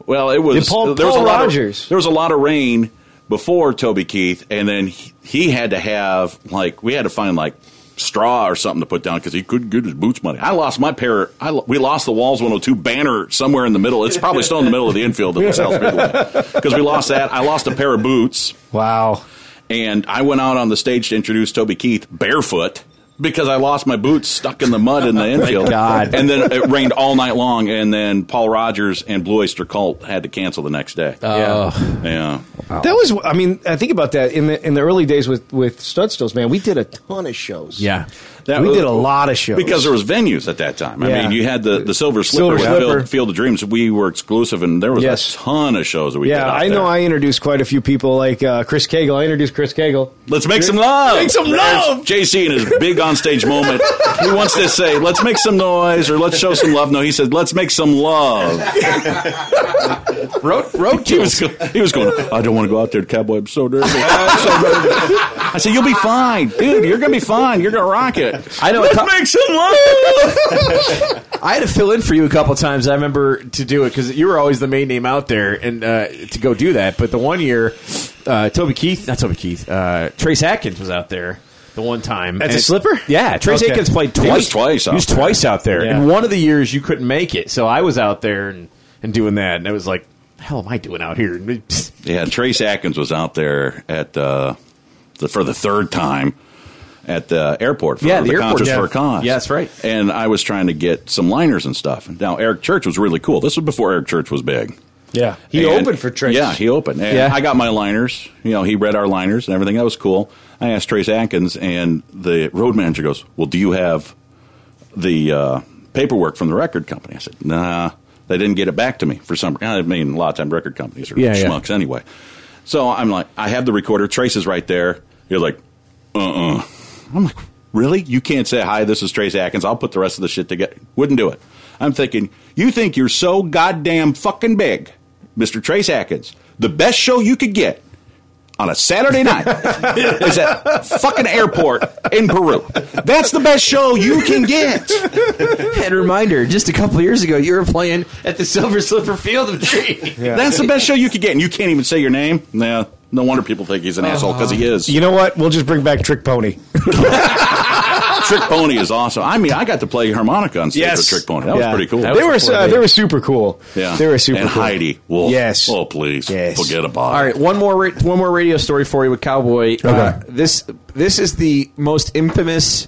Well, it was Yeah, Paul- there was Paul a lot Rogers. Of, there was a lot of rain before Toby Keith, and then he, he had to have like we had to find like straw or something to put down because he couldn't get his boots money. I lost my pair. I lo- we lost the Walls 102 banner somewhere in the middle. It's probably still in the middle of the infield at the South because we lost that. I lost a pair of boots Wow. and I went out on the stage to introduce Toby Keith barefoot because I lost my boots stuck in the mud in the infield. God. And then it rained all night long, and then Paul Rogers and Blue Oyster Cult had to cancel the next day. Oh. yeah. That was, I mean, I think about that in the in the early days with with Studstills, man. We did a ton of shows. Yeah. That we was- did a lot of shows Because there was venues at that time. I Yeah. mean, you had the, the Silver Silver Slipper, with Slipper. Field, Field of Dreams. We were exclusive, and there was Yes. a ton of shows that we did. Yeah, out I know. there. I introduced quite a few people, like uh, Chris Cagle. I introduced Chris Cagle. Let's make some love. Make some There's love. JC and his big soundstage moment. He wants to say, "Let's make some noise" or "Let's show some love." No, he said, "Let's make some love." road, road he, was, go- he was going. I don't want to go out there, cowboy. I'm so nervous. I'm so nervous." I said, "You'll be fine, dude. You're gonna be fine. You're gonna rock it." I know. Let's make some love. I had to fill in for you a couple times. I remember to do it because you were always the main name out there and uh, to go do that. But the one year, uh, Toby Keith, not Toby Keith, uh, Trace Atkins was out there. The one time At the And- Slipper? yeah. Trace Okay. Atkins played He twice. was twice out he was there. twice out there. Yeah. And one of the years you couldn't make it, so I was out there and, and doing that, and it was like, the hell, am I doing out here? Yeah, Trace Atkins was out there at uh, the, for the third time at the airport for Yeah, the, the airport, Contras yeah. for a Cause. Yeah, that's right. And I was trying to get some liners and stuff. Now Eric Church was really cool. This was before Eric Church was big. Yeah. He opened for Trace. Yeah, he opened. And Yeah. I got my liners. You know, he read our liners and everything. That was cool. I asked Trace Atkins, and the road manager goes, "Well, do you have the uh, paperwork from the record company?" I said, "Nah." They didn't get it back to me for some. I mean, a lot of time record companies are Yeah, yeah. schmucks anyway. So I'm like, I have the recorder. Trace is right there. You're like, uh uh-uh. uh. i am like, really? You can't say, hi, this is Trace Atkins. I'll put the rest of the shit together. Wouldn't do it. I'm thinking, you think you're so goddamn fucking big, Mr. Trace Atkins. The best show you could get on a Saturday night is at fucking airport in Peru. That's the best show you can get. and reminder, just a couple years ago, you were playing at the Silver Slipper Field of Dreams. That's the best show you could get, and you can't even say your name. Nah, no wonder people think he's an asshole because he is. Uh-huh. You know what? We'll just bring back Trick Pony. Trick Pony is awesome. I mean, I got to play harmonica on stage with Trick Pony. That Yeah. was pretty cool. They were uh, they were super cool. Yeah. they were super And cool. Heidi Wolf. Yes. Oh, please. Forget about All it. right, one more ra- one more radio story for you with Cowboy. Uh, this this is the most infamous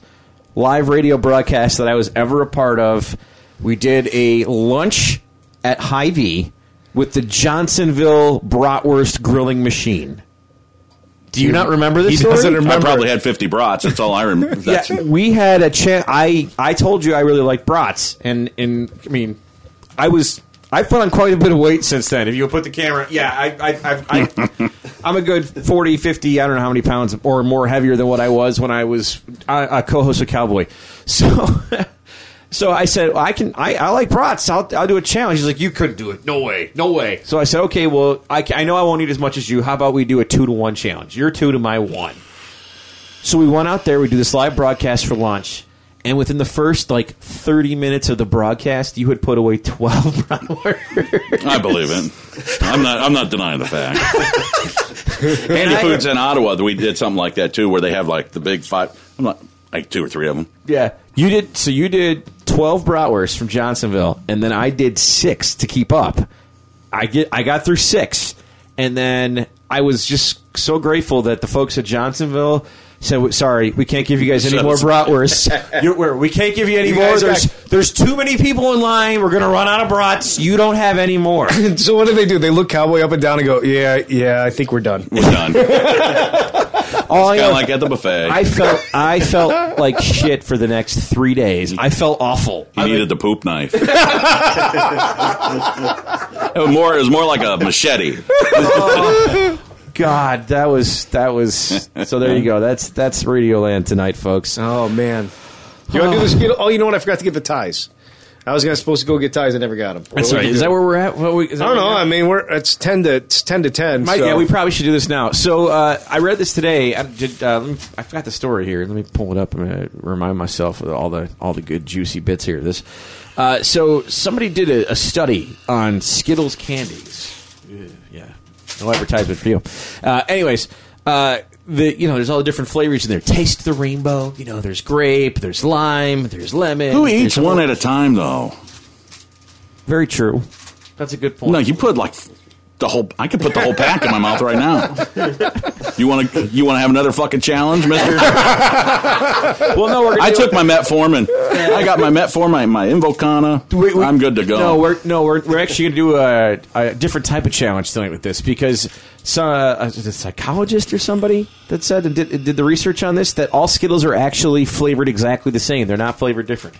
live radio broadcast that I was ever a part of. We did a lunch at Hy-Vee with the Johnsonville Bratwurst Grilling Machine. Do you not remember this? story? I probably had 50 brats. That's all I remember. That's, yeah, we had a chance. I I told you I really liked brats, and and I mean, I was I put on quite a bit of weight since then. If you put the camera, yeah, I I, I, I I'm a good 40, 50, I don't know how many pounds or more heavier than what I was when I was a, a co-host of Cowboy. So. So I said I can I, I like brats I'll, I'll do a challenge. He's like you couldn't do it no way no way. So I said okay well I, ca- I know I won't eat as much as you. How about we do a two to one challenge? You're two to my one. So we went out there, we do this live broadcast for lunch, and within the first like 30 minutes of the broadcast, you had put away 12 I believe it. I'm not, I'm not denying the fact. Handy I- Foods in Ottawa, we did something like that too, where they have like the big five. I'm like, like two or three of them. Yeah. You did so you did 12 bratwursts from Johnsonville and then I did 6 to keep up. I get I got through 6 and then I was just so grateful that the folks at Johnsonville said sorry, we can't give you guys any more bratwursts. You're, we're, we can't give you any You more. guys There's got- there's too many people in line. We're going to run out of brats. You don't have any more. so what do they do? They look Cowboy up and down and go, "Yeah, yeah, I think we're done. We're done." All I Kind know- of like at the buffet. I felt I felt like shit for the next three days. I felt awful. He needed the poop knife. it, was more, it was more like a machete. God, that was that was. So there you go. That's that's Radio Land tonight, folks. Oh man, You want to do this? You know, oh, you know what? I forgot to get the ties. I was gonna supposed to go get ties. I never got them. That's right. Is that where we're at? What we, is that I don't where know. we're at? I mean, we're it's ten to it's ten to ten. Mike, so- yeah, we probably should do this now. So uh, I read this today. I, did, uh, let me, I forgot the story here. Let me pull it up and uh, remind myself of all the all the good juicy bits here. This. Uh, so somebody did a, a study on Skittles candies. Yeah. No advertisement for you. Uh, anyways, uh, the you know there's all the different flavors in there. Taste the rainbow. You know there's grape, there's lime, there's lemon. Who eats there's one at a time, though? Very true. That's a good point. No, you put like the whole. I could put the whole pack in my mouth right now. You want to? You want to have another fucking challenge, Mister? well, no, we're gonna I do it. took my metformin. I got my metformin, my invocana. I'm good to go. No, we're no, we're, we're actually going to do a, a different type of challenge tonight with this because some uh, is it a psychologist or somebody that said and did, did the research on this that all Skittles are actually flavored exactly the same. They're not flavored different.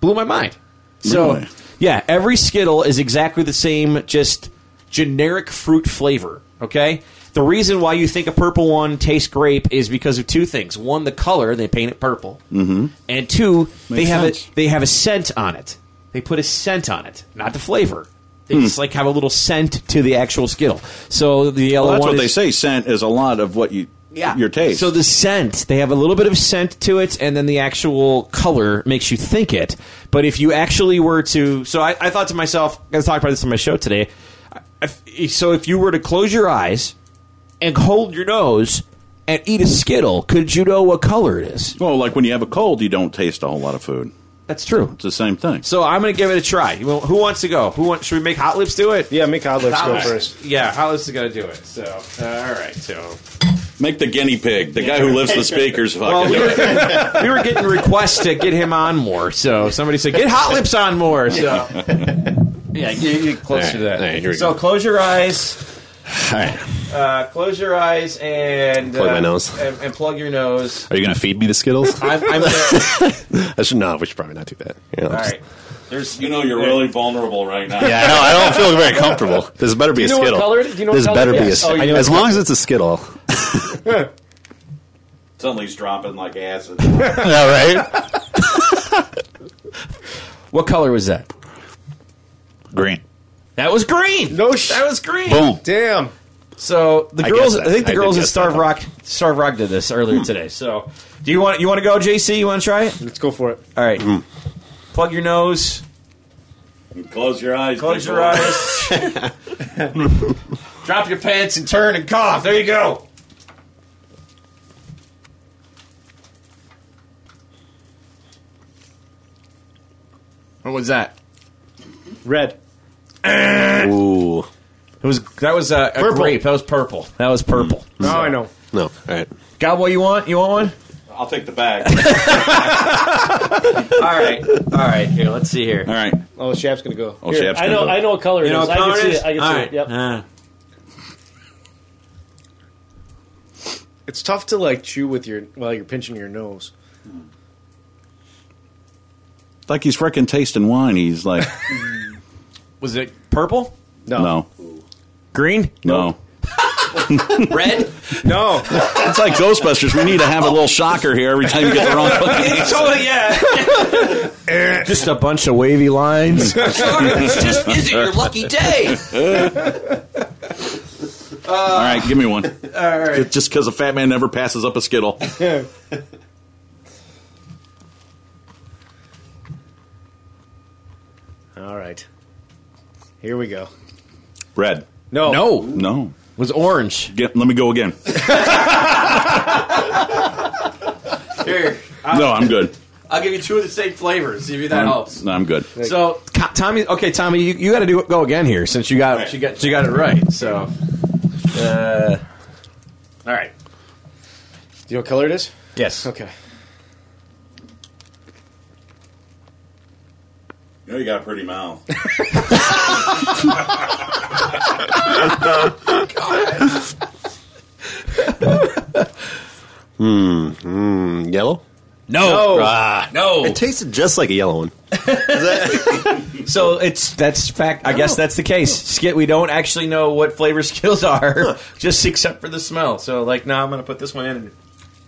Blew my mind. So Really? yeah, every Skittle is exactly the same, just generic fruit flavor. Okay, The reason why you think a purple one tastes grape is because of two things. One, the color, they paint it purple. Mm-hmm. And two, they Makes have sense. a they have a scent on it. They put a scent on it, not the flavor. They Hmm. just like have a little scent to the actual Skittle. So the yellow Well, that's one what is, they say. Scent is a lot of what you Yeah. your taste. So the scent, they have a little bit of scent to it, and then the actual color makes you think it. But if you actually were to, so I, I thought to myself, I was talking about this on my show today. I- If, so if you were to close your eyes and hold your nose and eat a Skittle, could you know what color it is? well, like when you have a cold, you don't taste a whole lot of food. That's true. It's the same thing. So I'm going to give it a try. You- Who wants to go? Who wants? Should we make hot lips do it? Yeah, make hot Lips go first. Yeah, hot lips is going to do it. So uh, all right, so Make the guinea pig, the guy who lifts the speakers. Fucking Well, we do it. were, we were getting requests to get him on more, so somebody said, "Get Hot Lips on more." So, yeah, get, get closer to that. so close your eyes. Uh, close your eyes and Plug uh, my nose. and, and plug your nose. Are you going to feed me the Skittles? I'm, I'm gonna, I should no. We should probably not do that. You know, all just- right. There's you know you're really vulnerable right now. Yeah, I know. I don't feel very comfortable. This better be a Do you know what skittle. color it- do you know what this color better it be a is? Oh, you skittle. know as what long color- as it's a skittle. Suddenly he's dropping like acid. All right. What color was that? Green. That was green. No, that was green. Boom. Oh, Damn. So the I girls, guess I, that- think the I did girls at guess Starve Rock, Starve Rock did this earlier today. So, do you want you want to go, JC? You want to try it? Let's go for it. All right. Hmm. Plug your nose. Close your eyes. Close big your boy. eyes. Drop your pants and turn and cough. There you go. What was that? Eh. Red. Ooh. It was that was uh, a Purple. Hmm. grape. That was purple. That was purple. No, I know. No. All right. Got what you want? You want one? I'll take the bag. All right. All right. Here, let's see here. All right. Oh, Shap's gonna go. Oh, Here, Shap's I gonna know. go. I know what color it is. You know what color I it can see is? it. I can All see right. it. Yep. Uh, It's tough to like chew with your while you're pinching your nose. like he's freaking tasting wine. He's like, was it purple? no, no, Green? no. Red? No. It's like Ghostbusters. We need to have a little shocker here every time you get the wrong fucking answer. totally, yeah. Just a bunch of wavy lines. just is it your lucky day? All right, give me one. All right. Just because a fat man never passes up a skittle. All right. Here we go. Red. No. No. No. Was orange. Get, let me go again. Here, No, I'm good. I'll give you two of the same flavors. See if that I'm, helps. no, I'm good. So, Co- Mm. Tommy, okay, Tommy, you, you got to do go again here since you got you got you got it right. So, uh, all right, Do you know what color it is? yes, Okay. You know you got a pretty mouth. Mm, yellow. no, Ah. Oh, no. It tasted just like a yellow one. So it's that's fact. I Oh. guess that's the case. Skit, we don't actually know what flavor skills are, just except for the smell. So, like, now I'm gonna put this one in.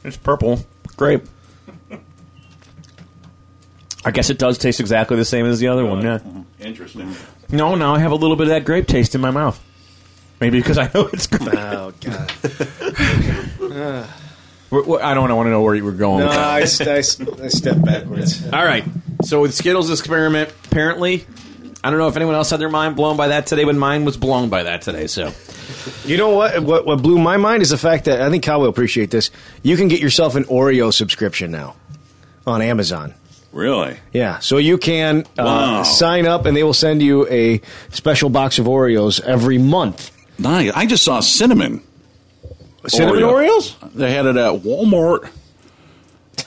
It's purple grape. I guess it does taste exactly the same as the other one. Yeah. mm-hmm. Interesting. No, now I have a little bit of that grape taste in my mouth. Maybe because I know it's grape. Oh god. We're- we're- I don't want to know where you were going. No, with that. I, st- I, st- I stepped backwards. All right. So with Skittles experiment, apparently, I don't know if anyone else had their mind blown by that today, but mine was blown by that today. So You know what? What what blew my mind is the fact that I think Kyle will appreciate this. You can get yourself an Oreo subscription now on Amazon. Really? Yeah, so you can uh, Wow. sign up, and they will send you a special box of Oreos every month. Nice. I just saw cinnamon. Cinnamon Oreos? They had it at Walmart.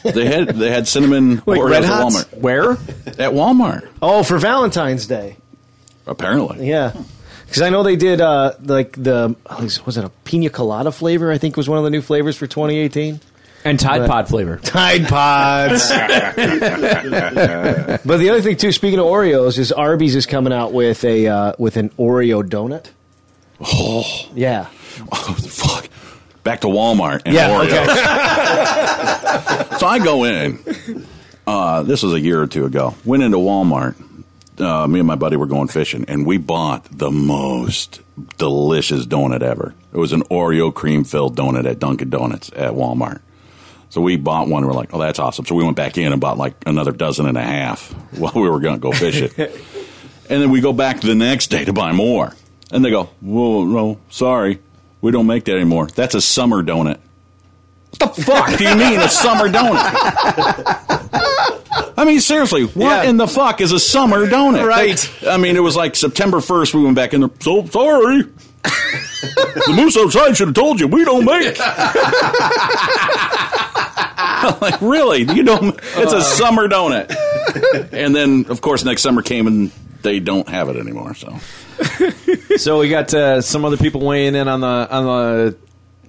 They had they had cinnamon Like Oreos Red at Hots? Walmart. Where? At Walmart. Oh, for Valentine's Day. Apparently. Yeah, because I know they did uh, like the oh, was it a pina colada flavor? I think was one of the new flavors for 2018. and Tide Pod flavor. Tide Pods. but the other thing too, speaking of Oreos, is Arby's is coming out with a uh, with an Oreo donut. Oh yeah, Oh, fuck. back to Walmart and Yeah, Oreos. okay. so I go in. Uh, this was a year or two ago. Went into Walmart. Uh, me and my buddy were going fishing, and we bought the most delicious donut ever. It was an Oreo cream filled donut at Dunkin' Donuts at Walmart. So we bought one. We're like, oh, that's awesome. So we went back in and bought like another dozen and a half while we were going to go fish it. and then we go back the next day to buy more. And they go, whoa, no, sorry. We don't make that anymore. That's a summer donut. What the fuck do you mean a summer donut? I mean, seriously, what in the fuck is a summer donut? Right. I mean, it was like September 1st, we went back in there. So sorry. the moose outside should have told you we don't make. like, really? You don't? It's a summer donut. And then, of course, next summer came and they don't have it anymore. So so we got uh, some other people weighing in on the on the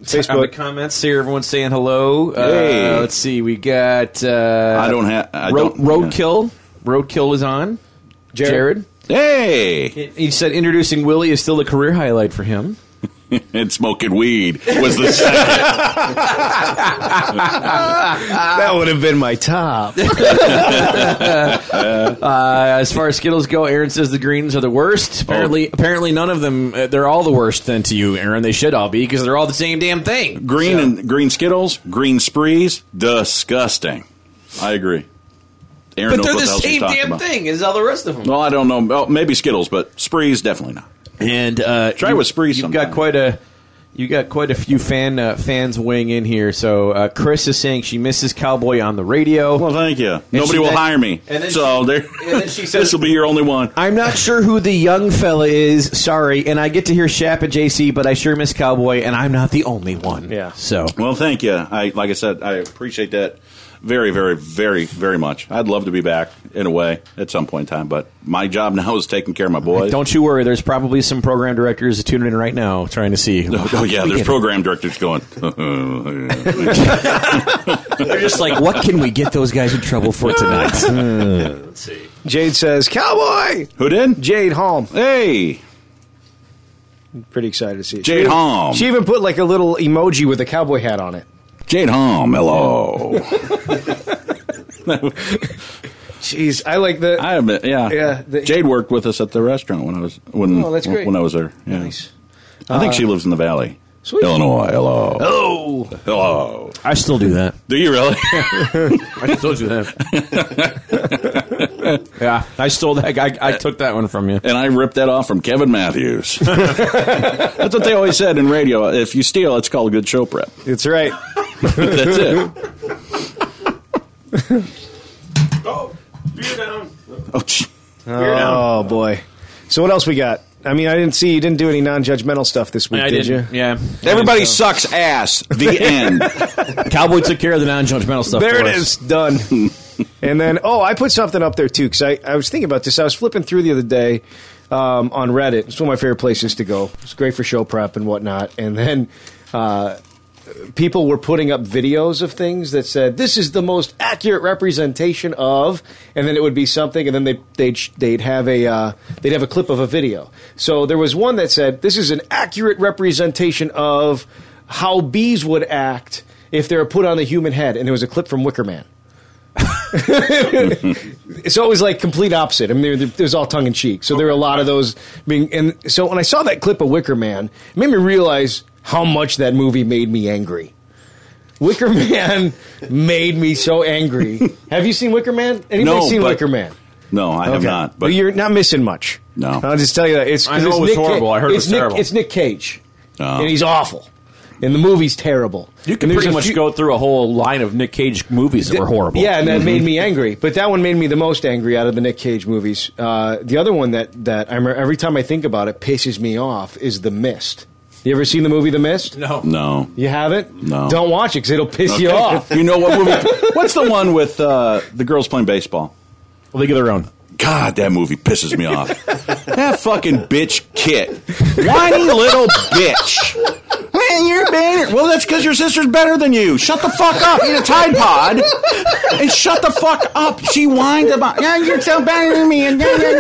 Facebook. on the comments here. Everyone's saying hello. Uh, Hey. let's see. We got. Uh, I don't have. I Ro- don't. Roadkill. Roadkill is on. Jared. Jared. Hey. He he said introducing Willie is still the career highlight for him. and smoking weed was the second. that would have been my top. Uh, as far as Skittles go, Aaron says the greens are the Oh. worst. Apparently, apparently none of them. Uh, they're all the worst then to you, Aaron. They should all be because they're all the same damn thing. green and green Skittles, green sprees, disgusting. I agree. Aaron but knows they're what the hell she's same talking damn about. thing as all the rest of them. Well, I don't know. Well, maybe Skittles, but sprees definitely not. And uh, try you- with sprees. You've sometime. got quite a you got quite a few fan uh, fans weighing in here. So uh, Chris is saying she misses Cowboy on the radio. Well, thank you. Nobody will hire me. so there. and then she says- this will be your only one. I'm not sure who the young fella is. Sorry, and I get to hear Shap at JC, but I sure miss Cowboy, and I'm not the only one. Yeah. So Well, thank you. I like I said, I appreciate that very, very, very, very much. I'd love to be back in a way at some point in time, but my job now is taking care of my boys. Don't you worry. There's probably some program directors tuning in right now trying to see. Oh, oh, yeah, there's program directors going. "Oh, They're just like, what can we get those guys in trouble for tonight? Jade says, "Cowboy." Who did? Jade Holm. Hey. Pretty excited to see it. Jade She- Holm. She even put like a little emoji with a cowboy hat on it. Jade Holm, hello. Jeez, I like the. I admit, yeah, Yeah, the- Jade worked with us at the restaurant when I was when Oh, that's great. when I was there. Yeah. Nice. I think Uh, she lives in the valley, Sweet. Oh. Illinois. Hello, Oh. Hello. hello. I still do that. Do you really? I still do that. yeah, I stole that. I, I took that one from you. and I ripped that off from Kevin Matthews. That's what they always said in radio. If you steal, it's called good show prep. It's right. That's it. Oh, gee. Oh boy. So what else we got? I mean, I didn't see you didn't do any non-judgmental stuff this week, I did didn't. you? Yeah. Everybody sucks ass. The end. Cowboy took care of the non-judgmental stuff. There for it us. is, done. and then, oh, I put something up there too because I, I was thinking about this. I was flipping through the other day um, on Reddit. It's one of my favorite places to go. It's great for show prep and whatnot. And then uh, people were putting up videos of things that said, "This is the most accurate representation of," and then it would be something, and then they they'd sh- they'd have a uh, they'd have a clip of a video. So there was one that said, "This is an accurate representation of how bees would act." If they were put on a human head, and there was a clip from Wicker Man. so it was like complete opposite. I mean, there- there's all tongue in cheek. So there were a lot of those being. And so when I saw that clip of Wicker Man, it made me realize how much that movie made me angry. Wicker Man made me so angry. Have you seen Wicker Man? Anybody No, seen but- Wicker Man? No, I have Okay. not. But you're not missing much. No. I'll just tell you that it's. I know it was it's Nick Ca- horrible. I heard it it's was Nick, terrible. It's Nick Cage, Oh. and he's awful, and the movie's terrible. You can And there's pretty a much few- go through a whole line of Nick Cage movies that were horrible. Yeah, and that Mm-hmm. made me angry. But that one made me the most angry out of the Nick Cage movies. Uh, the other one that that I remember every time I think about it pisses me off is The Mist. You ever seen the movie The Mist? No. no. You haven't? No. Don't watch it because it'll piss you Okay. off. You know what movie? What's the one with uh, the girls playing baseball? Well, they get their own. God, that movie pisses me off. that fucking bitch Kit, whiny little bitch. Man, you're better. Well, that's because your sister's better than you. Shut the fuck up. Eat a Tide Pod and shut the fuck up. She whined about, yeah, you're so better than me. And, yeah, yeah,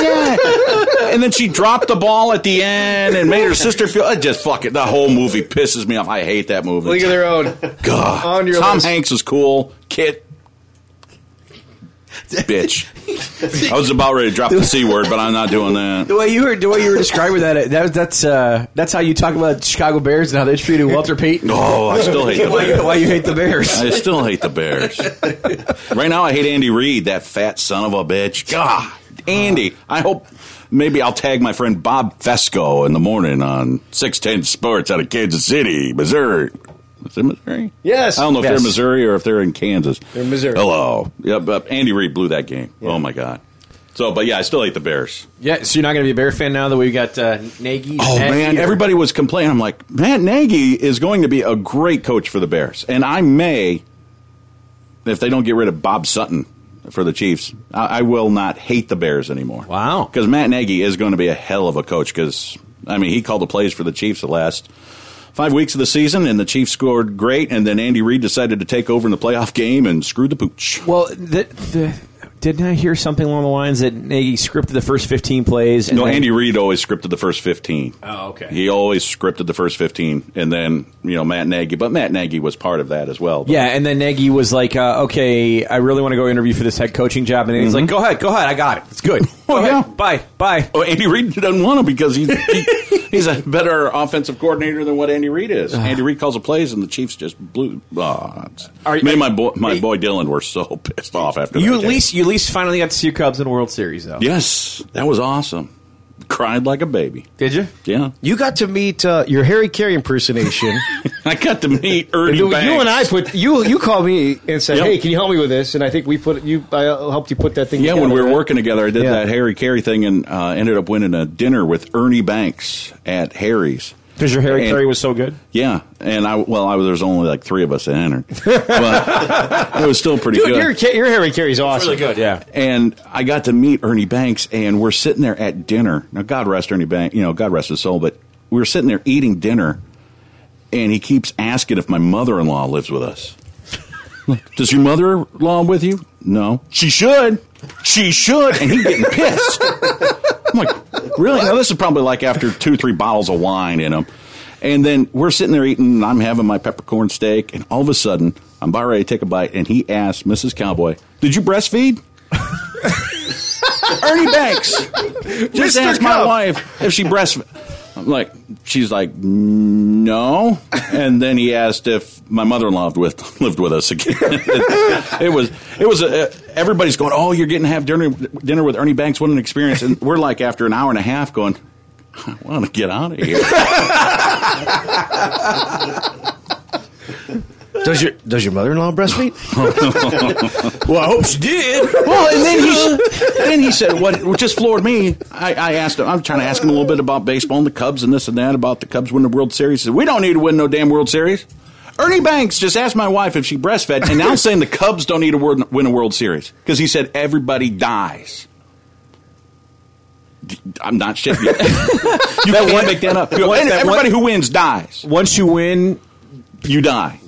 yeah. and then she dropped the ball at the end and made her sister feel. I just fuck it. The whole movie pisses me off. I hate that movie. League of Their Own. God. On your Tom list. Hanks is cool. Kit. Bitch. I was about ready to drop the c word, but I'm not doing that. The way you were, the way you were describing that, uh, that was- that's uh, that's how you talk about Chicago Bears and how they treated Walter Payton. Oh, I still hate the why, you- Bears. why you hate the Bears? I still hate the Bears. Right now, I hate Andy Reid, that fat son of a bitch. God, Andy. I hope maybe I'll tag my friend Bob Fesco in the morning on six ten Sports out of Kansas City, Missouri. Is it Missouri? Yes. I don't know if Yes. they're Missouri or if they're in Kansas. They're Missouri. Hello. Yep. But Andy Reid blew that game. Oh my god. So, but yeah, I still hate the Bears. Yeah, so you're not going to be a Bear fan now that we've got uh, Nagy. Oh Nagy, man, or- everybody was complaining. I'm like, Matt Nagy is going to be a great coach for the Bears, and I may, if they don't get rid of Bob Sutton for the Chiefs, I, I will not hate the Bears anymore. Wow, because Matt Nagy is going to be a hell of a coach. Because I mean, he called the plays for the Chiefs the last five weeks of the season, and the Chiefs scored great, and then Andy Reid decided to take over in the playoff game and screwed the pooch. Well, the, the, didn't I hear something along the lines that Nagy scripted the first 15 plays? No, then- Andy Reid always scripted the first fifteen. Oh, okay. He always scripted the first fifteen, and then you know Matt Nagy. But Matt Nagy was part of that as well. Yeah, and then Nagy was like, uh, "Okay, I really want to go interview for this head coaching job," and then he's Mhm. like, "Go ahead, go ahead, I got it. It's good." Oh yeah, bye bye. Oh, Andy Reid doesn't want him because he's he, he's a better offensive coordinator than what Andy Reid is. Andy Reid calls the plays, and the Chiefs just blew. Oh, it's- me and my boy, my boy Dylan were so pissed off after you that at game. least you at least finally got to see your Cubs in the World Series, though. Yes, that was awesome. Cried like a baby. Did you? Yeah. You got to meet uh, your Harry Carey impersonation. I got to meet Ernie. you, Banks. you and I put you you called me and said, Yep. "Hey, can you help me with this?" And I think we put you. I helped you put that thing. Yeah, together, when we were right? working together, I did Yeah. that Harry Carey thing and uh, ended up winning a dinner with Ernie Banks at Harry's. Because your Harry And- Carey was so good. Yeah, and I well, I was there's only like three of us that entered, but it was still pretty Dude, good. your Ca- your Harry Carey's awesome. yeah. And I got to meet Ernie Banks, and we're sitting there at dinner. Now, God rest Ernie Banks, you know, God rest his soul, but we were sitting there eating dinner, and he keeps asking if my mother in law lives with us. Does your mother in law with you? No. She should. She should. And he getting pissed. I'm like, really? Now, this is probably like after two, three bottles of wine in him. And then we're sitting there eating, and I'm having my peppercorn steak, and all of a sudden, I'm about ready to take a bite, and he asks Mrs. Cowboy, Did you breastfeed? Ernie Banks. Just Mr. ask my Cup. wife if she breastfed. I'm like, she's like, no. And then he asked if my mother-in-law lived with lived with us again. it was it was a, everybody's going, oh, you're getting to have dinner dinner with Ernie Banks. What an experience! And we're like, after an hour and a half, going, I want to get out of here. Does your does your mother in law breastfeed? well, I hope she did. Well, and then he then he said what what just floored me. I, I asked him. I'm trying to ask him a little bit about baseball and the Cubs and this and that about the Cubs winning the World Series. He said we don't need to win no damn World Series. Ernie Banks just asked my wife if she breastfed, and now saying the Cubs don't need to wor- win a World Series because he said everybody dies. D- I'm not shit. you can't make that up. Once- that one- everybody who wins dies. Once you win, you die.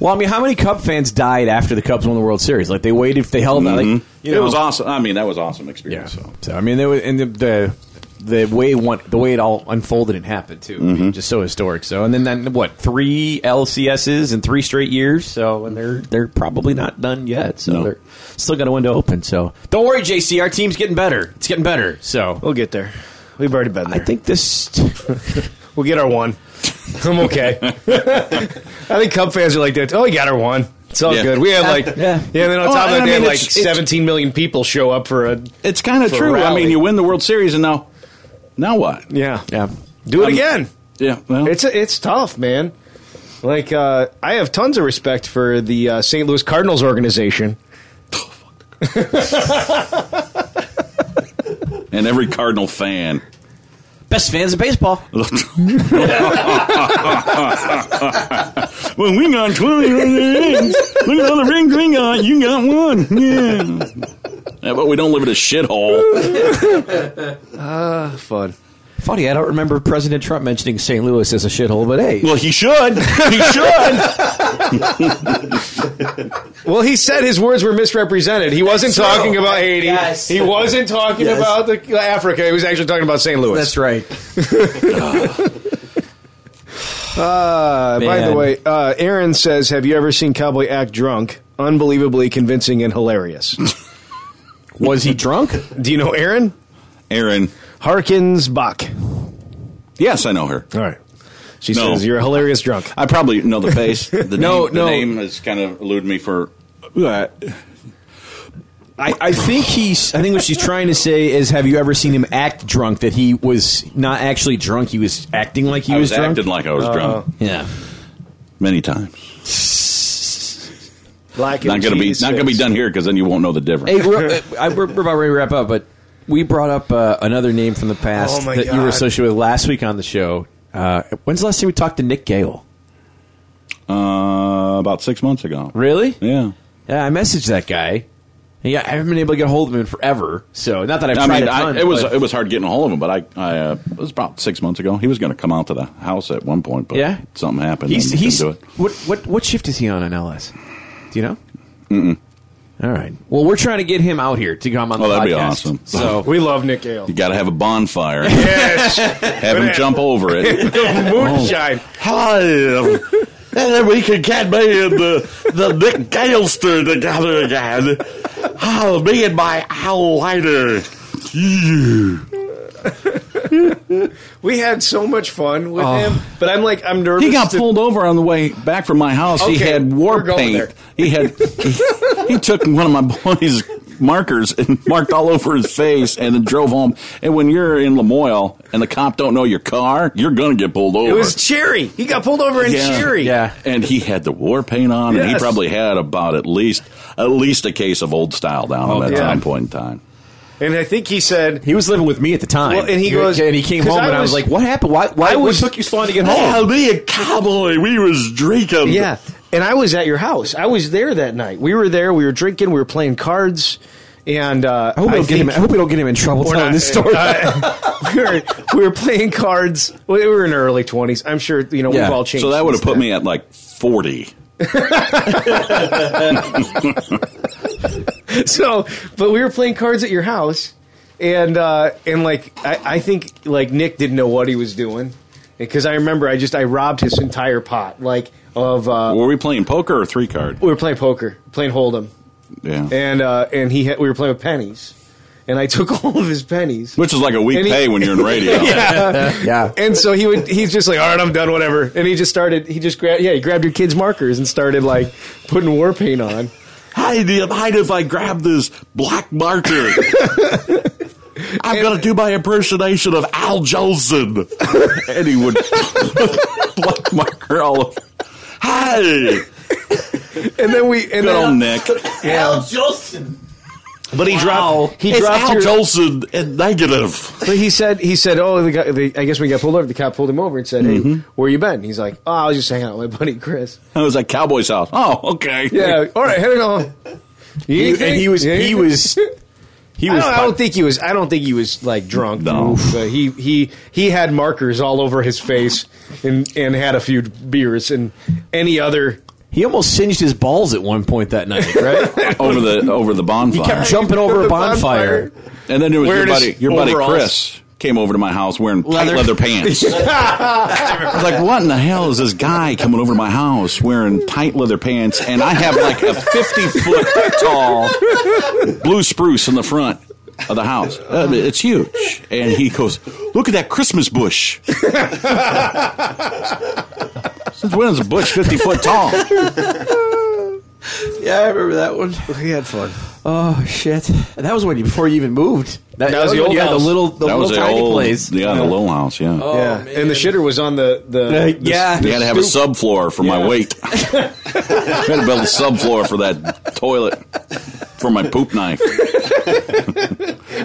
Well, I mean, how many Cub fans died after the Cubs won the World Series? Like they waited, they held out. Mhm. Like, you know, It was awesome. I mean, that was awesome experience. So. So I mean, there was and the the, the way one the way it all unfolded and happened too, I mean, Mhm. just so historic. So and then then what three LCSs in three straight years. So and they're they're probably not done yet. So No. they're still got a window open. So don't worry, JC. Our team's getting better. It's getting better. So we'll get there. We've already been there. I think this. we'll get our one. I'm okay. I think Cub fans are like that. Oh, we got our one. It's all Yeah. good. We have like Yeah. yeah. and then on Well, top and of that, I they mean, had like it's- it's- 17 million people show up for a. It's kind of for a true. I rally. mean, you win the World Series, and now, now what? Yeah, yeah. Do it Um, again. Yeah, it's it's tough, man. Like uh, I have tons of respect for the uh, St. Louis Cardinals organization. And every Cardinal fan. Best fans of baseball. Well, we got 20 rings. Look at all the rings we got. You got one. Yeah. Yeah, but we don't live in a shithole. Ah, fun. Funny, I don't remember President Trump mentioning St. Louis as a shithole, but hey. Well, he should. He should. Well, he said his words were misrepresented. He wasn't So, talking about Haiti. yes. He wasn't talking Yes. about the, Africa. He was actually talking about St. Louis. That's right. Uh, by Man. the way, uh, Aaron says, "Have you ever seen Cowboy act drunk? Unbelievably convincing and hilarious." Was he drunk? Do you know Aaron? Aaron Harkins Bach. Yes, I know her. All right. She says, "You're a hilarious drunk." I probably know the face. The name, No, the no. name has kind of eluded me for. I, I think he's. I think what she's trying to say is, have you ever seen him act drunk? That he was not actually drunk. He was acting like he I was, drunk. acting like I was drunk. Uh, Uh-huh. Yeah, many times. Like Not gonna be not gonna be done here because then you won't know the difference. Hey, we're, uh, I- we're, we're about ready to wrap up, but we brought up uh, another name from the past Oh, my that you were God. associated with last week on the show. Uh, when's the last time we talked to Nick Gale? Uh, about six months ago. Really? Yeah. Yeah, I messaged that guy. Yeah, I haven't been able to get a hold of him in forever. So not that I've I tried mean, a ton, I, it was but- it was hard getting a hold of him, but I, I uh, it was about six months ago. He was going to come out to the house at one point, but Yeah? something happened. he's, and he he's couldn't do what what what shift is he on in LS? Do you know? Mm-mm. All right. Well, we're trying to get him out here to come on. Oh, the that'd be podcast. awesome. So we love Nick Gale. You got to have a bonfire. Yes. have him jump over it. Moonshine. Hello. Oh. And then we can get me and the, the Nick Galester together again. Oh, me and my owl lighter. we had so much fun with Oh. him, but I'm like, I'm nervous. He got to- pulled over on the way back from my house. he Okay, had we're war going paint. there. He had he, he took one of my boys' markers and marked all over his face, and then drove home. And when you're in Lamoille and the cop don't know your car, you're gonna get pulled over. It was Cherry. He got pulled over in Cherry. Yeah, and he had the war paint on, and he Yes. probably had about at least at least a case of old style down Oh, at that God. time point in time. And I think he said he was living with me at the time. Well, and he goes, and he came 'cause home, and I was like, "What happened? Why? Why I what was- took you so long to get Yeah, home?" me a cowboy. We was drinking. Yeah, and I was at your house. I was there that night. We were there. We were drinking. We were playing cards. And uh, I hope, we don't get him, I hope we don't get him in trouble We're telling not- this story. uh, we, were, we were playing cards. We were in our early twenties. I'm sure you know we've all changed. So that would have since put then. me at like forty. so, but we were playing cards at your house, and uh, and like I, I think like Nick didn't know what he was doing because I remember I just I robbed his entire pot like of uh, Were we playing poker or three card? we were playing poker, playing hold'em, Yeah. and uh, and he had, we were playing with pennies, and I took all of his pennies, Which is like a week And he- pay when you're in radio. yeah. yeah. And so he would he's just like, all right, I'm done, whatever. And he just started he just grabbed yeah, he grabbed your kid's markers and started like putting war paint on. Hi, do you mind if I grab this black marker? I'm going to do my impersonation of Al Jolson. and he would black marker all over. Hi. And then we Good and then old Nick. Al Jolson. But he dropped he it's dropped Al your- Jolson and negative. But he said he said, Oh, the guy the, I guess when he got pulled over, the cop pulled him over and said, Hey, Mm-hmm. where you been? He's like, Oh, I was just hanging out with my buddy Chris. I was at Cowboy's house. Oh, okay. Yeah, all right, heading on. He- and he was- he was- He was I don't, I don't think he was. I don't think he was like drunk. No. but he he he had markers all over his face and and had a few beers and any other. He almost singed his balls at one point that night, right? Over the over the bonfire. He kept jumping over a The bonfire. bonfire. And then there was Where your it is- buddy, your buddy overalls. Chris came over to my house wearing Leather. tight leather pants. I was like, what in the hell is this guy coming over to my house wearing tight leather pants? And I have like a 50 foot tall blue spruce in the front of the house. Uh, It's huge. And he goes, look at that Christmas bush. Since when is a bush 50 foot tall? Yeah, I remember that one. We had fun. Oh shit! And that was when you before you even moved. That, that was when you had the little, the that little was the tiny old, place. Oh. Yeah, the little house, yeah. yeah, and the shitter was on the the. the Uh, yeah. You had to have a subfloor for my weight. I had to build a subfloor for that toilet for my poop knife.